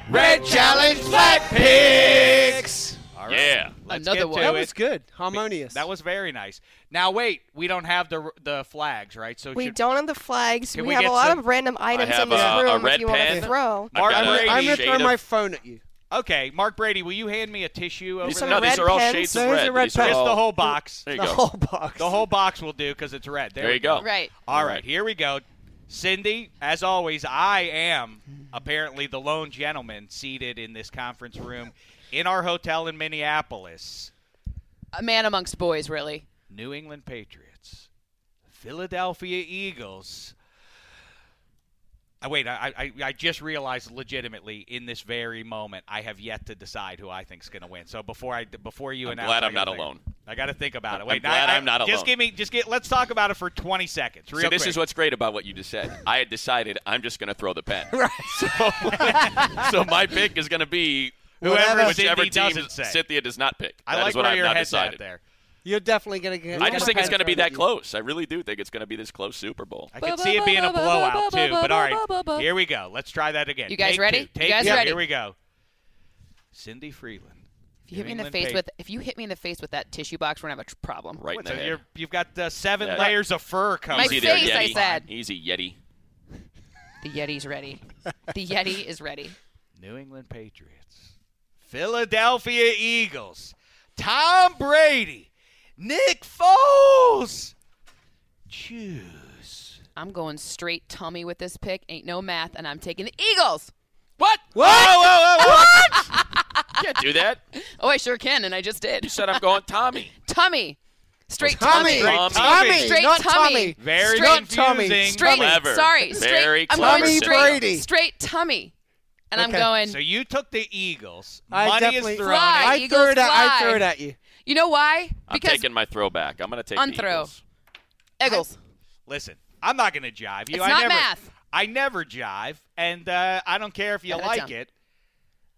Speaker 2: Red Challenge Flag Picks. All right.
Speaker 5: yeah.
Speaker 2: Let's
Speaker 4: Another
Speaker 2: get
Speaker 4: one.
Speaker 2: to
Speaker 3: That
Speaker 2: it.
Speaker 3: was good. Harmonious.
Speaker 2: That was very nice. Now wait, we don't have the the flags, right? So
Speaker 7: We
Speaker 2: should,
Speaker 7: don't have the flags.
Speaker 2: Can
Speaker 7: We,
Speaker 2: we
Speaker 7: have
Speaker 2: get
Speaker 7: a lot
Speaker 2: some-
Speaker 7: of random items
Speaker 5: have
Speaker 7: in this
Speaker 5: a- a
Speaker 7: room
Speaker 5: red
Speaker 7: if you
Speaker 5: pen.
Speaker 7: want to throw.
Speaker 5: I've got
Speaker 2: Mark
Speaker 5: a
Speaker 2: Brady.
Speaker 3: I'm gonna
Speaker 5: shade
Speaker 3: throw
Speaker 5: of-
Speaker 3: my phone at you.
Speaker 2: Okay, Mark Brady, will you hand me a tissue over
Speaker 5: These,
Speaker 2: there?
Speaker 5: no, these
Speaker 7: red
Speaker 5: are all
Speaker 7: pens.
Speaker 5: shades of
Speaker 3: There's
Speaker 5: red.
Speaker 3: a red
Speaker 5: These are
Speaker 3: pen.
Speaker 2: Just
Speaker 5: all-
Speaker 2: the whole box.
Speaker 5: There you
Speaker 3: The
Speaker 5: go.
Speaker 3: whole box.
Speaker 2: The whole box will do because it's red. There,
Speaker 5: There you go.
Speaker 4: Right.
Speaker 2: All right, here we go. Cindy, as always, I am apparently the lone gentleman seated in this conference room in our hotel in Minneapolis.
Speaker 4: A man amongst boys, really.
Speaker 2: New England Patriots, Philadelphia Eagles. I wait. I, I I just realized legitimately in this very moment I have yet to decide who I think's going to win. So before I before you
Speaker 5: I'm
Speaker 2: announce,
Speaker 5: glad
Speaker 2: I
Speaker 5: I'm
Speaker 2: gotta
Speaker 5: not
Speaker 2: think-
Speaker 5: alone.
Speaker 2: I got to think about it.
Speaker 5: I'm
Speaker 2: Wait, now
Speaker 5: glad
Speaker 2: I-
Speaker 5: I'm not
Speaker 2: Just
Speaker 5: alone.
Speaker 2: give me just get. Let's talk about it for 20 seconds. Real
Speaker 5: so this
Speaker 2: quick.
Speaker 5: is what's great about what you just said. I had decided I'm just going to throw the pen. Right. So, so my pick is going to be
Speaker 3: Whatever
Speaker 5: whoever, whichever
Speaker 3: Cindy
Speaker 5: team
Speaker 3: doesn't say.
Speaker 5: Cynthia does not pick.
Speaker 3: I
Speaker 5: That
Speaker 3: like
Speaker 5: is what
Speaker 3: where
Speaker 5: I've
Speaker 3: your
Speaker 5: not
Speaker 3: head's at
Speaker 5: decided.
Speaker 2: there.
Speaker 3: You're definitely going to get.
Speaker 5: I just think it's going to be that
Speaker 3: close.
Speaker 5: close. I really do think it's going to be this close Super Bowl.
Speaker 2: I could see it being a blowout too. But all right, here we go. Let's try that again.
Speaker 4: You guys
Speaker 2: Take
Speaker 4: ready?
Speaker 2: two.
Speaker 4: You
Speaker 2: Take
Speaker 4: guys
Speaker 2: two.
Speaker 4: ready?
Speaker 2: Here we go. Cindy Freeland.
Speaker 4: If you hit
Speaker 2: New
Speaker 4: me in the
Speaker 2: England
Speaker 4: face
Speaker 2: Patri-
Speaker 4: with if you hit me in the face with that tissue box, we're gonna have a tr- problem.
Speaker 5: Right in the
Speaker 2: so
Speaker 5: head.
Speaker 2: you're, you've got uh, seven
Speaker 5: Yeah.
Speaker 2: layers of fur
Speaker 4: My
Speaker 2: covering.
Speaker 5: Easy
Speaker 2: you.
Speaker 5: there,
Speaker 4: face, I
Speaker 5: Yeti.
Speaker 4: said.
Speaker 5: Easy, Yeti.
Speaker 4: The Yeti's ready. The Yeti is ready.
Speaker 2: New England Patriots, Philadelphia Eagles, Tom Brady, Nick Foles. Choose.
Speaker 4: I'm going straight tummy with this pick. Ain't no math, and I'm taking the Eagles.
Speaker 5: What?
Speaker 4: What?
Speaker 5: Whoa, whoa, whoa,
Speaker 4: Can't
Speaker 5: do that.
Speaker 4: Oh, I sure can, and I just did. You
Speaker 5: said I'm going Tommy.
Speaker 4: Tummy. Straight
Speaker 3: Tommy.
Speaker 4: tummy.
Speaker 3: Tommy. Tommy,
Speaker 4: Straight
Speaker 3: not
Speaker 4: tummy.
Speaker 3: Tommy. Very
Speaker 4: straight
Speaker 3: confusing.
Speaker 4: Straight.
Speaker 5: Clever.
Speaker 4: Sorry. Straight.
Speaker 5: Very
Speaker 4: I'm
Speaker 5: clever.
Speaker 4: going
Speaker 5: Tommy
Speaker 4: straight.
Speaker 5: Brady.
Speaker 4: Straight tummy. And I'm
Speaker 3: Okay.
Speaker 4: going.
Speaker 2: So you took the Eagles.
Speaker 3: I
Speaker 2: Money is
Speaker 3: definitely-
Speaker 2: thrown.
Speaker 4: Fly,
Speaker 2: at-
Speaker 4: Eagles, fly.
Speaker 3: you.
Speaker 4: You know why?
Speaker 5: I'm
Speaker 4: Because
Speaker 5: taking my throwback. I'm going to take the
Speaker 4: unthrow.
Speaker 5: Eagles.
Speaker 4: Eagles.
Speaker 2: Listen, I'm not going to jive you.
Speaker 4: It's
Speaker 2: I
Speaker 4: not
Speaker 2: never,
Speaker 4: math.
Speaker 2: I never jive, and uh, I don't care if you
Speaker 4: Yeah, that's
Speaker 2: like
Speaker 4: dumb.
Speaker 2: it.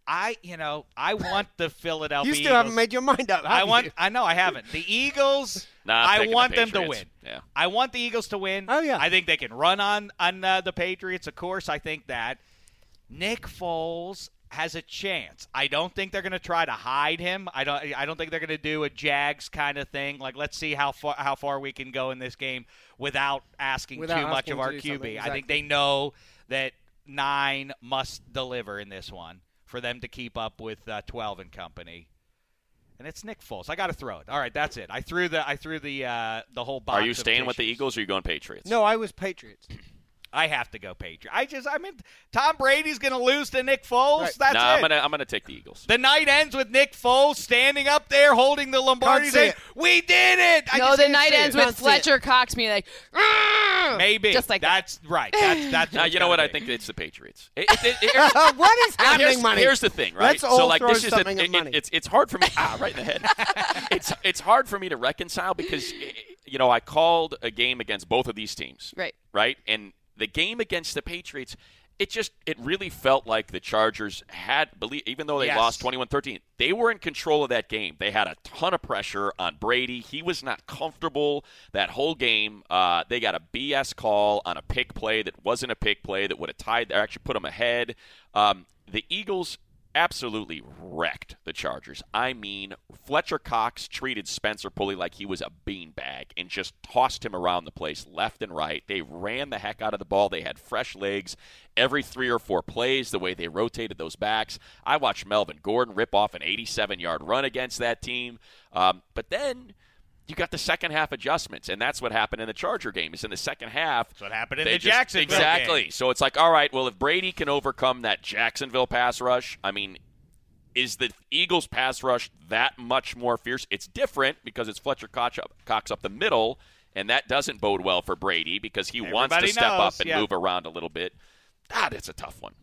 Speaker 2: I, you know, I want the Philadelphia.
Speaker 3: You still
Speaker 2: Eagles.
Speaker 3: haven't made your mind up.
Speaker 2: I
Speaker 3: have
Speaker 2: want.
Speaker 3: you?
Speaker 2: I know I haven't. The Eagles.
Speaker 5: Nah, I'm
Speaker 2: I
Speaker 5: taking the
Speaker 2: want them to
Speaker 5: Patriots.
Speaker 2: win.
Speaker 5: Yeah.
Speaker 2: I want the Eagles to win. Oh yeah. I think they can run on on uh, the Patriots. Of course, I think that Nick Foles has a chance. I don't think they're going to try to hide him. I don't. I don't think they're going to do a Jags kind of thing. Like let's see how far how far we can go in this game without asking
Speaker 3: Without
Speaker 2: too much
Speaker 3: asking
Speaker 2: of
Speaker 3: to
Speaker 2: our
Speaker 3: do
Speaker 2: QB.
Speaker 3: something,
Speaker 2: I think they
Speaker 3: exactly.
Speaker 2: know that nine must deliver in this one for them to keep up with uh, twelve and company. And it's Nick Foles. I got to throw it. All right, that's it. I threw the I threw the uh, the whole box.
Speaker 5: Are you
Speaker 2: of
Speaker 5: staying with the
Speaker 2: tissues.
Speaker 5: Eagles or are you going Patriots?
Speaker 3: No, I was Patriots.
Speaker 2: I have to go Patriots. I just I mean Tom Brady's going to lose to Nick Foles. That's
Speaker 5: nah,
Speaker 2: it.
Speaker 5: I'm going to I'm going to take the Eagles.
Speaker 2: The night ends with Nick Foles standing up there holding the Lombardi
Speaker 3: Can't see
Speaker 2: saying,
Speaker 3: it.
Speaker 2: "We did it." I
Speaker 4: no,
Speaker 2: just
Speaker 4: the
Speaker 2: can't
Speaker 4: night
Speaker 2: see
Speaker 4: ends
Speaker 2: it.
Speaker 4: with Fletcher Cox being like, "Argh!"
Speaker 2: Maybe
Speaker 4: Just like
Speaker 2: that's right. That's that's
Speaker 5: Nah,
Speaker 2: what it's
Speaker 5: you know what?
Speaker 2: gotta
Speaker 5: I
Speaker 2: be.
Speaker 5: think it's the Patriots. It- it- it- here's-
Speaker 3: what is
Speaker 5: Now,
Speaker 3: happening,
Speaker 5: here's,
Speaker 3: money?
Speaker 5: here's the thing, right?
Speaker 3: Let's all
Speaker 5: so like
Speaker 3: throw
Speaker 5: this is the,
Speaker 3: something at
Speaker 5: it- it-
Speaker 3: money.
Speaker 5: it's it's hard for me ah right in the head. it's it's hard for me to reconcile because eh, you know I called a game against both of these teams,
Speaker 4: Right.
Speaker 5: Right, and the game against the Patriots, it just it really felt like the Chargers had believe even though they
Speaker 2: Yes.
Speaker 5: lost 21-13, they were in control of that game. They had a ton of pressure on Brady. He was not comfortable that whole game. Uh, they got a BS call on a pick play that wasn't a pick play that would have tied or actually put them ahead. Um, the Eagles absolutely wrecked the Chargers. I mean, Fletcher Cox treated Spencer Pulley like he was a beanbag and just tossed him around the place left and right. They ran the heck out of the ball. They had fresh legs every three or four plays, the way they rotated those backs. I watched Melvin Gordon rip off an 87 yard run against that team. Um, but then. You got the second half adjustments, and that's what happened in the Charger game. Is in the second half. That's
Speaker 2: what happened in
Speaker 5: they
Speaker 2: the
Speaker 5: just-
Speaker 2: Jacksonville game.
Speaker 5: Exactly. So it's like, all right, well, if Brady can overcome that Jacksonville pass rush, I mean, is the Eagles' pass rush that much more fierce? It's different because it's Fletcher Cox up, Cox up the middle, and that doesn't bode well for Brady because he wants to
Speaker 2: Everybody
Speaker 5: step
Speaker 2: knows,
Speaker 5: up and
Speaker 2: yeah.
Speaker 5: move around a little bit. Ah, that's a tough one.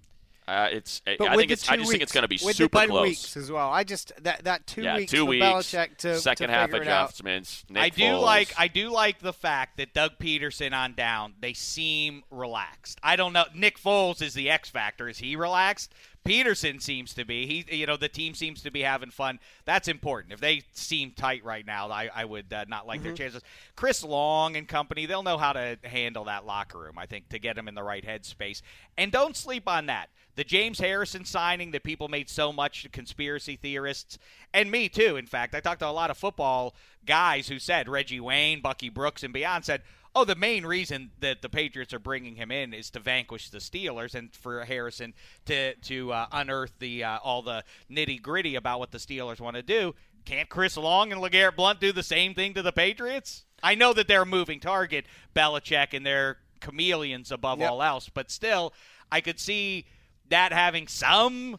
Speaker 5: Uh, it's. I-
Speaker 3: But
Speaker 5: I
Speaker 3: with
Speaker 5: think
Speaker 3: the
Speaker 5: it's. I
Speaker 3: two
Speaker 5: just think it's
Speaker 3: weeks-
Speaker 5: going to be
Speaker 3: with
Speaker 5: super
Speaker 3: the bye
Speaker 5: close.
Speaker 3: weeks as well. I just that that two
Speaker 5: yeah,
Speaker 3: weeks
Speaker 5: two
Speaker 3: for
Speaker 5: weeks.
Speaker 3: Belichick to
Speaker 5: second
Speaker 3: to
Speaker 5: half
Speaker 3: figure it out.
Speaker 5: adjustments. Nick
Speaker 2: I do
Speaker 5: Foles.
Speaker 2: like I do like the fact that Doug Peterson on down they seem relaxed. I don't know. Nick Foles is the X factor. Is he relaxed? Peterson seems to be. He you know the team seems to be having fun. That's important. If they seem tight right now, I, I would uh, not like their
Speaker 5: Mm-hmm.
Speaker 2: chances. Chris Long and company they'll know how to handle that locker room. I think to get them in the right headspace. And don't sleep on that. The James Harrison signing that people made so much to conspiracy theorists and me too. In fact, I talked to a lot of football guys who said Reggie Wayne, Bucky Brooks, and beyond said, "Oh, the main reason that the Patriots are bringing him in is to vanquish the Steelers and for Harrison to to uh, unearth the uh, all the nitty gritty about what the Steelers want to do." Can't Chris Long and Legarrette Blunt do the same thing to the Patriots? I know that they're a moving target, Belichick and their chameleons above
Speaker 8: Yep.
Speaker 2: all else. But still, I could see that having some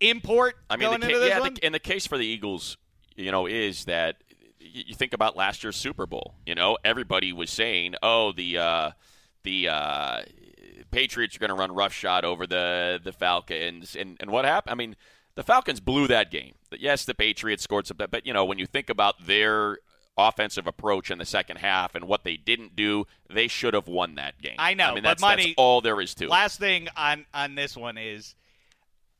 Speaker 2: import
Speaker 5: I mean,
Speaker 2: going
Speaker 5: the ca-
Speaker 2: into this
Speaker 5: yeah,
Speaker 2: one.
Speaker 5: The, and the case for the Eagles, you know, is that y- you think about last year's Super Bowl. You know, everybody was saying, "Oh, the uh, the uh, Patriots are going to run roughshod over the the Falcons," and and what happened? I mean, the Falcons blew that game. But Yes, the Patriots scored some, but you know, when you think about their offensive approach in the second half and what they didn't do, they should have won that game.
Speaker 2: I know,
Speaker 5: I mean,
Speaker 2: but
Speaker 5: that's,
Speaker 2: money-
Speaker 5: that's all there is to it.
Speaker 2: Last thing on on this one is,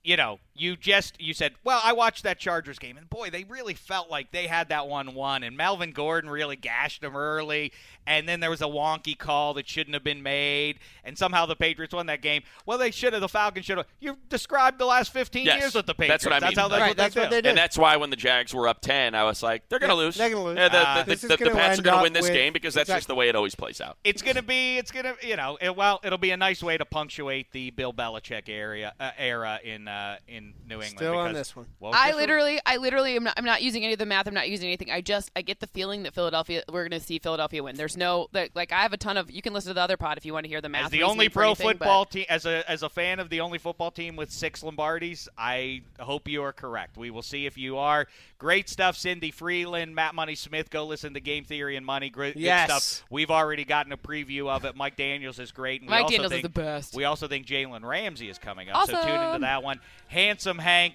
Speaker 2: you know, you just you said, well, I watched that Chargers game, and boy, they really felt like they had that one one, and Melvin Gordon really gashed them early, and then there was a wonky call that shouldn't have been made, and somehow the Patriots won that game. Well, they should have. The Falcons should have. You described the last fifteen
Speaker 5: Yes,
Speaker 2: years with the Patriots.
Speaker 5: That's what I mean.
Speaker 2: That's how that's what they do.
Speaker 5: And that's why when the Jags were up 10, I was like, they're going to lose.
Speaker 2: they're gonna lose.
Speaker 5: Yeah, the,
Speaker 2: Ah.
Speaker 5: the- the-
Speaker 2: This is
Speaker 5: the
Speaker 2: gonna
Speaker 5: Pats are
Speaker 2: end
Speaker 5: going
Speaker 2: up
Speaker 5: to win this
Speaker 2: with-
Speaker 5: game because that's just
Speaker 2: Exactly.
Speaker 5: the way it always plays out.
Speaker 2: It's gonna be. It's gonna. You know. It, well, it'll be a nice way to punctuate the Bill Belichick area uh, era in uh, in New England.
Speaker 3: Still on
Speaker 2: because-
Speaker 3: this one.
Speaker 2: Well,
Speaker 4: I
Speaker 2: guess what?
Speaker 4: literally, I literally, am not, I'm not using any of the math. I'm not using anything. I just, I get the feeling that Philadelphia, we're going to see Philadelphia win. There's no, like, like, I have a ton of. You can listen to the other pod if you want to hear the math.
Speaker 2: As the
Speaker 4: reasoning
Speaker 2: only
Speaker 4: for
Speaker 2: pro
Speaker 4: anything, but-
Speaker 2: football team, as a as a fan of the only football team with six Lombardis, I hope you are correct. We will see if you are. Great stuff, Cindy Freeland, Matt Money Smith. Go listen to Game Theory and Money. Great good
Speaker 4: Yes.
Speaker 2: stuff. We've already gotten a preview of it. Mike Daniels is great. And we
Speaker 4: Mike
Speaker 2: also
Speaker 4: Daniels is
Speaker 2: think,
Speaker 4: the best.
Speaker 2: We also think Jalen Ramsey is coming up. So tune into
Speaker 3: Awesome.
Speaker 2: that one. Handsome Hank,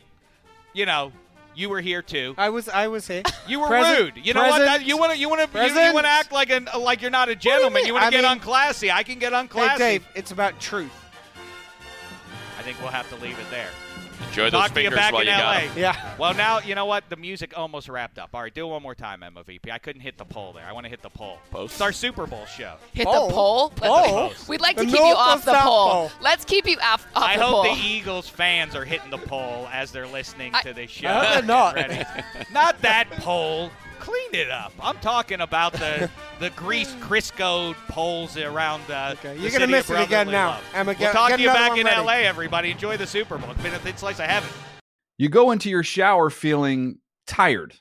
Speaker 2: you know. You were here too.
Speaker 3: I was I was here.
Speaker 2: You were
Speaker 3: Uh, Present-
Speaker 2: rude. You know what?
Speaker 3: present-
Speaker 2: That- you want to you want to you,
Speaker 3: Present.
Speaker 2: want to act like an like you're not a gentleman.
Speaker 3: mean?
Speaker 2: You, want
Speaker 3: I
Speaker 2: to get
Speaker 3: mean-
Speaker 2: unclassy. I can get unclassy.
Speaker 3: Hey Dave, it's about truth.
Speaker 2: I think we'll have to leave it there.
Speaker 5: Enjoy those
Speaker 2: Talk to you
Speaker 5: fingers
Speaker 2: back
Speaker 5: while
Speaker 2: in
Speaker 5: you
Speaker 2: LA.
Speaker 5: got 'em.
Speaker 3: Yeah.
Speaker 2: Well, now you know what the music almost wrapped up. All right, do it one more time, MVP. I couldn't hit the poll there. I want to hit the poll. It's our Super Bowl show.
Speaker 4: Hit the poll. Let's- We'd like to keep you off the poll. Let's keep you off, off
Speaker 2: I
Speaker 4: the
Speaker 2: hope
Speaker 4: poll.
Speaker 2: the Eagles fans are hitting the poll as they're listening to this show.
Speaker 3: hope they're not.
Speaker 2: Ready. not that poll. Clean it up. I'm talking about the the greased Crisco polls around uh, the
Speaker 3: you're gonna
Speaker 2: city
Speaker 3: miss
Speaker 2: of
Speaker 3: it again
Speaker 2: brotherly
Speaker 3: now.
Speaker 2: love.
Speaker 3: Emma,
Speaker 2: we'll
Speaker 3: get-
Speaker 2: talk
Speaker 3: get
Speaker 2: to you
Speaker 3: another
Speaker 2: back
Speaker 3: one
Speaker 2: in
Speaker 3: ready.
Speaker 2: LA, everybody. Enjoy the Super Bowl. It's been a thin slice of heaven.
Speaker 9: You go into your shower feeling tired,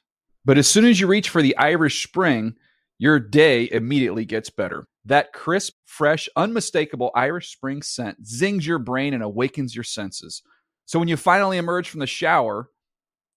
Speaker 9: but as soon as you reach for the Irish Spring, your day immediately gets better. That crisp, fresh, unmistakable Irish Spring scent zings your brain and awakens your senses. So when you finally emerge from the shower,